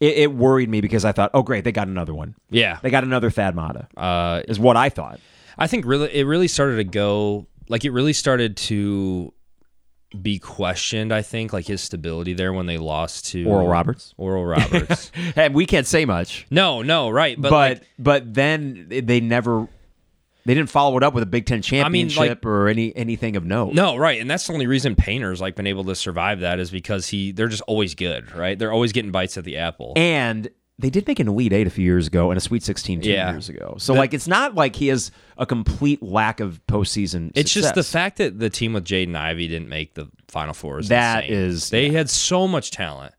Speaker 1: It, it worried me because I thought, oh, great, they got another one.
Speaker 2: Yeah.
Speaker 1: They got another Thad Mata,
Speaker 2: Uh
Speaker 1: is what I thought.
Speaker 2: I think really it really started to go like it really started to be questioned, I think, like his stability there when they lost to
Speaker 1: Oral Roberts.
Speaker 2: Oral Roberts.
Speaker 1: And we can't say much,
Speaker 2: no, no, right. But,
Speaker 1: but
Speaker 2: like,
Speaker 1: but, then they never they didn't follow it up with a Big Ten
Speaker 2: mean,
Speaker 1: championship
Speaker 2: like-
Speaker 1: or any anything of note.
Speaker 2: No, right, and that's the only reason Painter's like been able to survive that is because he they're just always good, right? They're always getting bites at the apple.
Speaker 1: And they did make an Elite Eight a few years ago and a Sweet 16 two
Speaker 2: Yeah.
Speaker 1: years ago. So, like, it's not like he has a complete lack of postseason
Speaker 2: it's just the
Speaker 1: success.
Speaker 2: fact that the team with Jaden Ivy didn't make the Final Four is
Speaker 1: That
Speaker 2: insane.
Speaker 1: is-
Speaker 2: they had so much talent.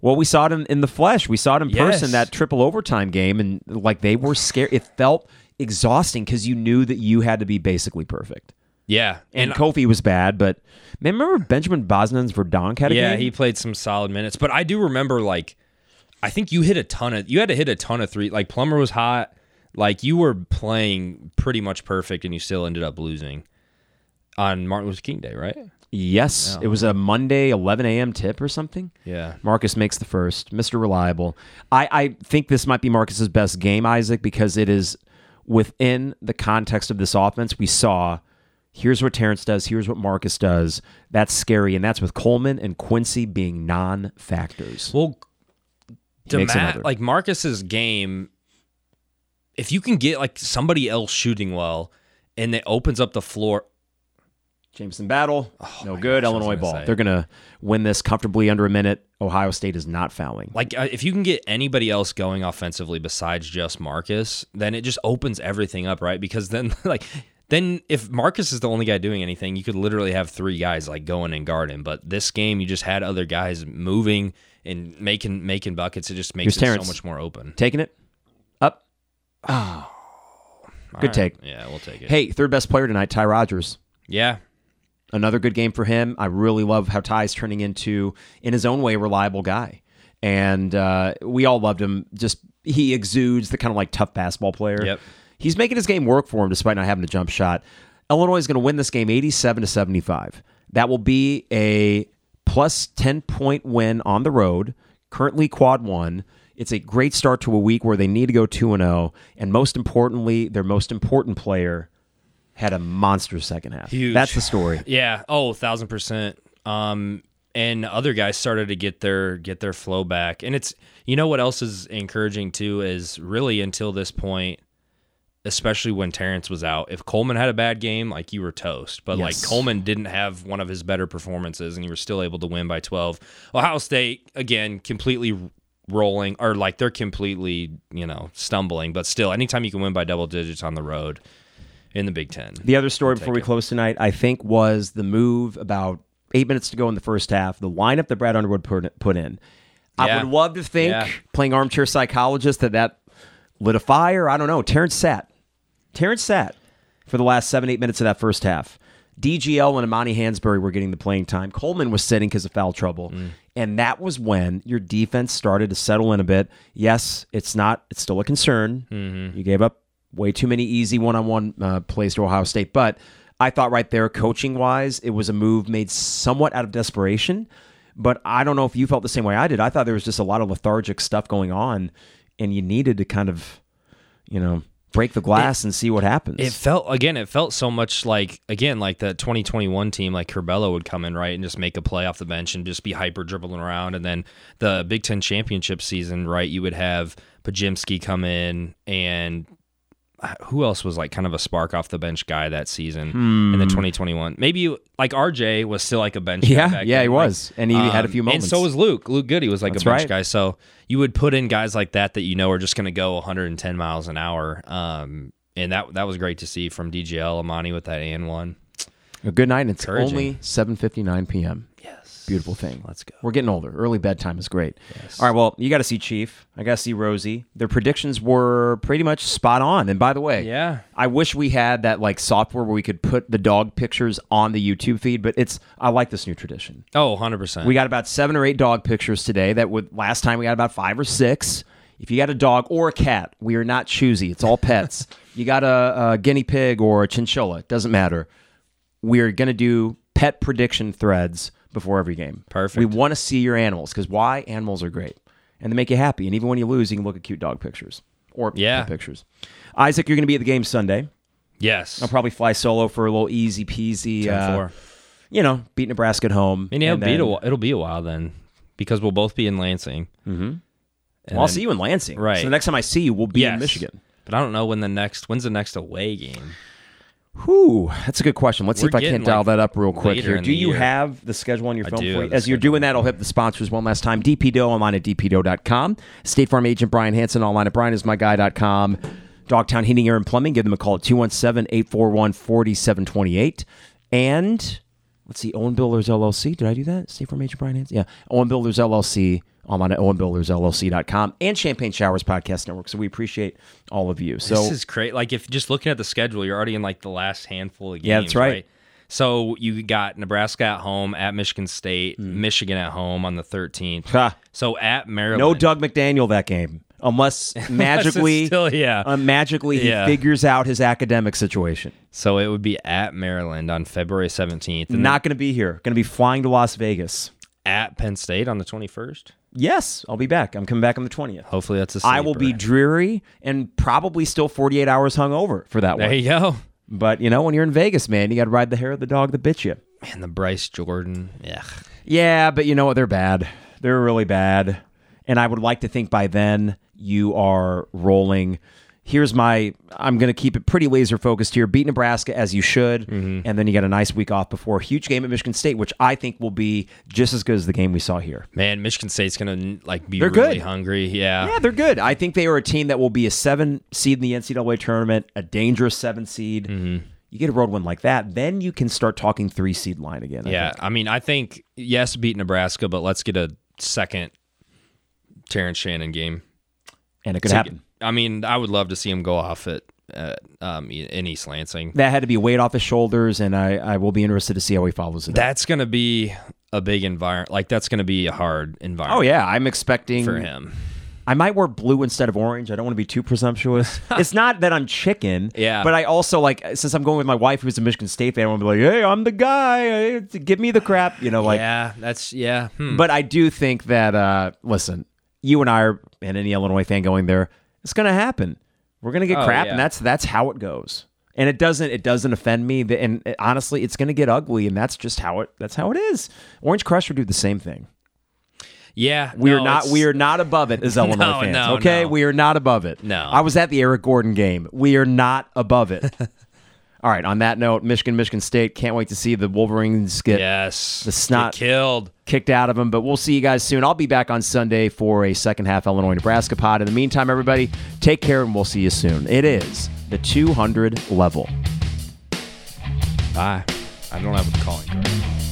Speaker 1: Well, we saw it in, in the flesh. We saw it in
Speaker 2: Yes.
Speaker 1: person, that triple overtime game. And, like, they were scared. It felt exhausting because you knew that you had to be basically perfect.
Speaker 2: Yeah,
Speaker 1: And, Kofi was bad, but man, remember Benjamin Bosnan's Verdonk had a
Speaker 2: yeah,
Speaker 1: game?
Speaker 2: he played some solid minutes. But I do remember like I think you hit a ton of you had to hit a ton of three. Like Plummer was hot. Like you were playing pretty much perfect, and you still ended up losing on Martin Luther King Day, right?
Speaker 1: Yes, it was a Monday 11 a.m. tip or something.
Speaker 2: Yeah.
Speaker 1: Marcus makes the first, Mr. Reliable. I, I think this might be Marcus's best game, Isaac, because it is within the context of this offense. We saw here's what Terrence does, here's what Marcus does. That's scary, and that's with Coleman and Quincy being non factors.
Speaker 2: Well,
Speaker 1: makes
Speaker 2: Demat,
Speaker 1: another.
Speaker 2: like Marcus's game, if you can get like somebody else shooting well, and it opens up the floor.
Speaker 1: Jameson Battle, no good.
Speaker 2: gosh, I was
Speaker 1: Illinois
Speaker 2: gonna
Speaker 1: ball.
Speaker 2: say.
Speaker 1: They're gonna win this comfortably under a minute. Ohio State is not fouling.
Speaker 2: Like uh, if you can get anybody else going offensively besides just Marcus, then it just opens everything up, right? Because then like then if Marcus is the only guy doing anything, you could literally have three guys like going and guarding. But this game, you just had other guys moving and making making buckets. It just makes
Speaker 1: Here's
Speaker 2: it
Speaker 1: Terrence.
Speaker 2: so much more open.
Speaker 1: Taking it up.
Speaker 2: All
Speaker 1: Good take.
Speaker 2: Yeah, we'll take it.
Speaker 1: Hey, third best player tonight, Ty Rogers.
Speaker 2: Yeah,
Speaker 1: another good game for him. I really love how Ty's turning into, in his own way, a reliable guy. And uh, we all loved him. Just he exudes the kind of like tough basketball player.
Speaker 2: Yep.
Speaker 1: He's making his game work for him despite not having a jump shot. Illinois is going to win this game 87 to 75. That will be a plus 10 point win on the road, currently quad one. It's a great start to a week where they need to go 2 and 0. And most importantly, their most important player had a monster second half.
Speaker 2: Huge.
Speaker 1: That's the story.
Speaker 2: Yeah. Oh, thousand percent. Um, and other guys started to get their get their flow back, and it's you know what else is encouraging too is really until this point, especially when Terrence was out. If Coleman had a bad game, like you were toast. But
Speaker 1: Yes.
Speaker 2: like Coleman didn't have one of his better performances, and you were still able to win by twelve. Ohio State again completely rolling or like they're completely you know stumbling, but still anytime you can win by double digits on the road in the Big Ten.
Speaker 1: The other story before we close tonight, I think, was the move about eight minutes to go in the first half, the lineup that Brad Underwood put, put in. I
Speaker 2: Yeah.
Speaker 1: would love to think,
Speaker 2: Yeah.
Speaker 1: playing armchair psychologist, that that lit a fire. I don't know. Terrence sat. Terrence sat for the last seven, eight minutes of that first half. DGL and Amani Hansberry were getting the playing time. Coleman was sitting because of foul trouble. And that was when your defense started to settle in a bit. Yes, it's not, it's still a concern. You gave up way too many easy one on one plays to Ohio State. But I thought right there, coaching wise, it was a move made somewhat out of desperation. But I don't know if you felt the same way I did. I thought there was just a lot of lethargic stuff going on, and you needed to kind of you know, break the glass and see what happens.
Speaker 2: It felt again. It felt so much like again like the 2021 team. Like Curbelo would come in right and just make a play off the bench and just be hyper dribbling around. And then the Big Ten championship season, right? You would have Pajimski come in and uh, who else was like kind of a spark off the bench guy that season
Speaker 1: Hmm.
Speaker 2: in the 2021? Maybe you, like RJ was still like a bench. guy
Speaker 1: yeah,
Speaker 2: back
Speaker 1: yeah,
Speaker 2: then,
Speaker 1: he
Speaker 2: like,
Speaker 1: was, and he had a
Speaker 2: um,
Speaker 1: few moments.
Speaker 2: And so was Luke. Luke Goody was like
Speaker 1: That's
Speaker 2: a bench
Speaker 1: right.
Speaker 2: guy. So you would put in guys like that that you know are just going to go 110 miles an hour. Um, and that that was great to see from DGL Amani with that and one.
Speaker 1: a good night. And it's
Speaker 2: Encouraging.
Speaker 1: only seven fifty nine p.m.
Speaker 2: Yes.
Speaker 1: Beautiful thing.
Speaker 2: Let's go.
Speaker 1: We're getting older. Early bedtime is great. All right. Well, you got to see Chief. I got to see Rosie. Their predictions were pretty much spot on. And by the way,
Speaker 2: Yeah.
Speaker 1: I wish we had that like software where we could put the dog pictures on the YouTube feed. But it's I like this new tradition.
Speaker 2: Oh, 100%.
Speaker 1: We got about seven or eight dog pictures today. That would last time we got about five or six. If you got a dog or a cat, we are not choosy. It's all pets. you got a, a guinea pig or a chinchilla, it doesn't matter. We are going to do pet prediction threads before every game.
Speaker 2: Perfect.
Speaker 1: We want to see your animals because why? Animals are great and they make you happy. And even when you lose, you can look at cute dog pictures or
Speaker 2: Yeah.
Speaker 1: pet pictures. Isaac, you're going to be at the game Sunday.
Speaker 2: yes.
Speaker 1: I'll probably fly solo for a little easy peasy. Uh,
Speaker 2: Four.
Speaker 1: you know, beat Nebraska at home.
Speaker 2: I mean, it'll,
Speaker 1: and
Speaker 2: be
Speaker 1: then-
Speaker 2: a, wh- it'll be a while then because we'll both be in Lansing. Mm-hmm.
Speaker 1: Well, I'll see you in Lansing.
Speaker 2: Right.
Speaker 1: So the next time I see you, we'll be in Michigan.
Speaker 2: But I don't know when the next, when's the next away game?
Speaker 1: Whew, that's a good question. Let's
Speaker 2: We're
Speaker 1: see if I
Speaker 2: getting,
Speaker 1: can't dial
Speaker 2: like,
Speaker 1: that up real quick
Speaker 2: later
Speaker 1: here.
Speaker 2: in
Speaker 1: Do
Speaker 2: the
Speaker 1: you
Speaker 2: year.
Speaker 1: have the schedule on your phone
Speaker 2: do
Speaker 1: for
Speaker 2: have
Speaker 1: you?
Speaker 2: the
Speaker 1: As you're
Speaker 2: schedule.
Speaker 1: doing that, I'll hit the sponsors one last time. DPDO online at dpdo.com. State Farm agent Brian Hansen online at brianismyguy.com. Dogtown Heating, Air, and Plumbing. Give them a call at 217 841 4728. And let's see, Owen Builders LLC. Did I do that? State Farm agent Brian Hansen? Yeah. Owen Builders LLC online at owenbuildersllc.com and Champagne Showers Podcast Network. So we appreciate all of you. So
Speaker 2: This is great. Like if just looking at the schedule, you're already in like the last handful of games.
Speaker 1: Yeah, that's right.
Speaker 2: So you got Nebraska at home, at Michigan State, Michigan at home on the 13th.
Speaker 1: Mm. Ha.
Speaker 2: So at Maryland.
Speaker 1: No Doug McDaniel that game, unless
Speaker 2: Unless it's
Speaker 1: magically,
Speaker 2: still, yeah.
Speaker 1: uh, magically he
Speaker 2: Yeah. Mm-hmm.
Speaker 1: figures out his academic situation.
Speaker 2: so it would be at Maryland on February 17th, and
Speaker 1: Not going to be here. Going to be flying to Las Vegas.
Speaker 2: then at Penn State on the 21st.
Speaker 1: Yes, I'll be back. I'm coming back on the twentieth.
Speaker 2: Hopefully that's a sleeper.
Speaker 1: I will be dreary and probably still 48 hours hungover for that
Speaker 2: There
Speaker 1: one.
Speaker 2: you go.
Speaker 1: But you know, when you're in Vegas, man, you got to ride the hair of the dog that bit you.
Speaker 2: Man, the Bryce Jordan. Yeah.
Speaker 1: Yeah, but you know what? They're bad. They're really bad. And I would like to think by then you are rolling. Here's my I'm going to keep it pretty laser focused here. Beat Nebraska as you should. And then you got a nice week off before a huge game at Michigan State, which I think will be just as good as the game we saw here.
Speaker 2: Man, Michigan State's gonna like be
Speaker 1: They're
Speaker 2: really
Speaker 1: good.
Speaker 2: hungry.
Speaker 1: Yeah, they're good. I think they are a team that will be a seven seed in the NCAA tournament, a dangerous seven seed. You get a road win like that, then you can start talking three seed line again. I
Speaker 2: Yeah, I mean, I think yes, beat Nebraska, but let's get a second Terrence Shannon game.
Speaker 1: And it could happen.
Speaker 2: I mean, I would love to see him go off at, at um, in East Lansing.
Speaker 1: that had to be weight off his shoulders, and I, I will be interested to see how he follows it. up.
Speaker 2: That's gonna be a big environment. Like that's gonna be a hard environment.
Speaker 1: oh yeah, I'm expecting.
Speaker 2: for him.
Speaker 1: I might wear blue instead of orange. I don't want to be too presumptuous. it's not that I'm chicken,
Speaker 2: Yeah.
Speaker 1: but I also like since I'm going with my wife who's a Michigan State fan. I want to be like, hey, I'm the guy. Hey, Give me the crap, you know, like.
Speaker 2: yeah, that's yeah. Hmm.
Speaker 1: But I do think that uh, listen, you and I are, and any Illinois fan going there, it's going to happen. We're going to get
Speaker 2: Oh,
Speaker 1: crap,
Speaker 2: yeah.
Speaker 1: and that's that's how it goes. And it doesn't it doesn't offend me. The- And uh, honestly, it's going to get ugly, and that's just how it that's how it is. Orange Crush would do the same thing.
Speaker 2: Yeah,
Speaker 1: We are
Speaker 2: no,
Speaker 1: not
Speaker 2: it's-
Speaker 1: we are not above it as Illinois fans.
Speaker 2: no,
Speaker 1: okay,
Speaker 2: no.
Speaker 1: we are not above it.
Speaker 2: No.
Speaker 1: I was at the Eric Gordon game. We are not above it. All right. On that note, Michigan, Michigan State. Can't wait to see the Wolverines get
Speaker 2: yes
Speaker 1: the snot-
Speaker 2: Get killed.
Speaker 1: kicked out of them. But we'll see you guys soon. I'll be back on Sunday for a second half Illinois Nebraska pod. In the meantime, everybody, take care and we'll see you soon. It is the 200 level.
Speaker 2: Bye. I don't have a calling card.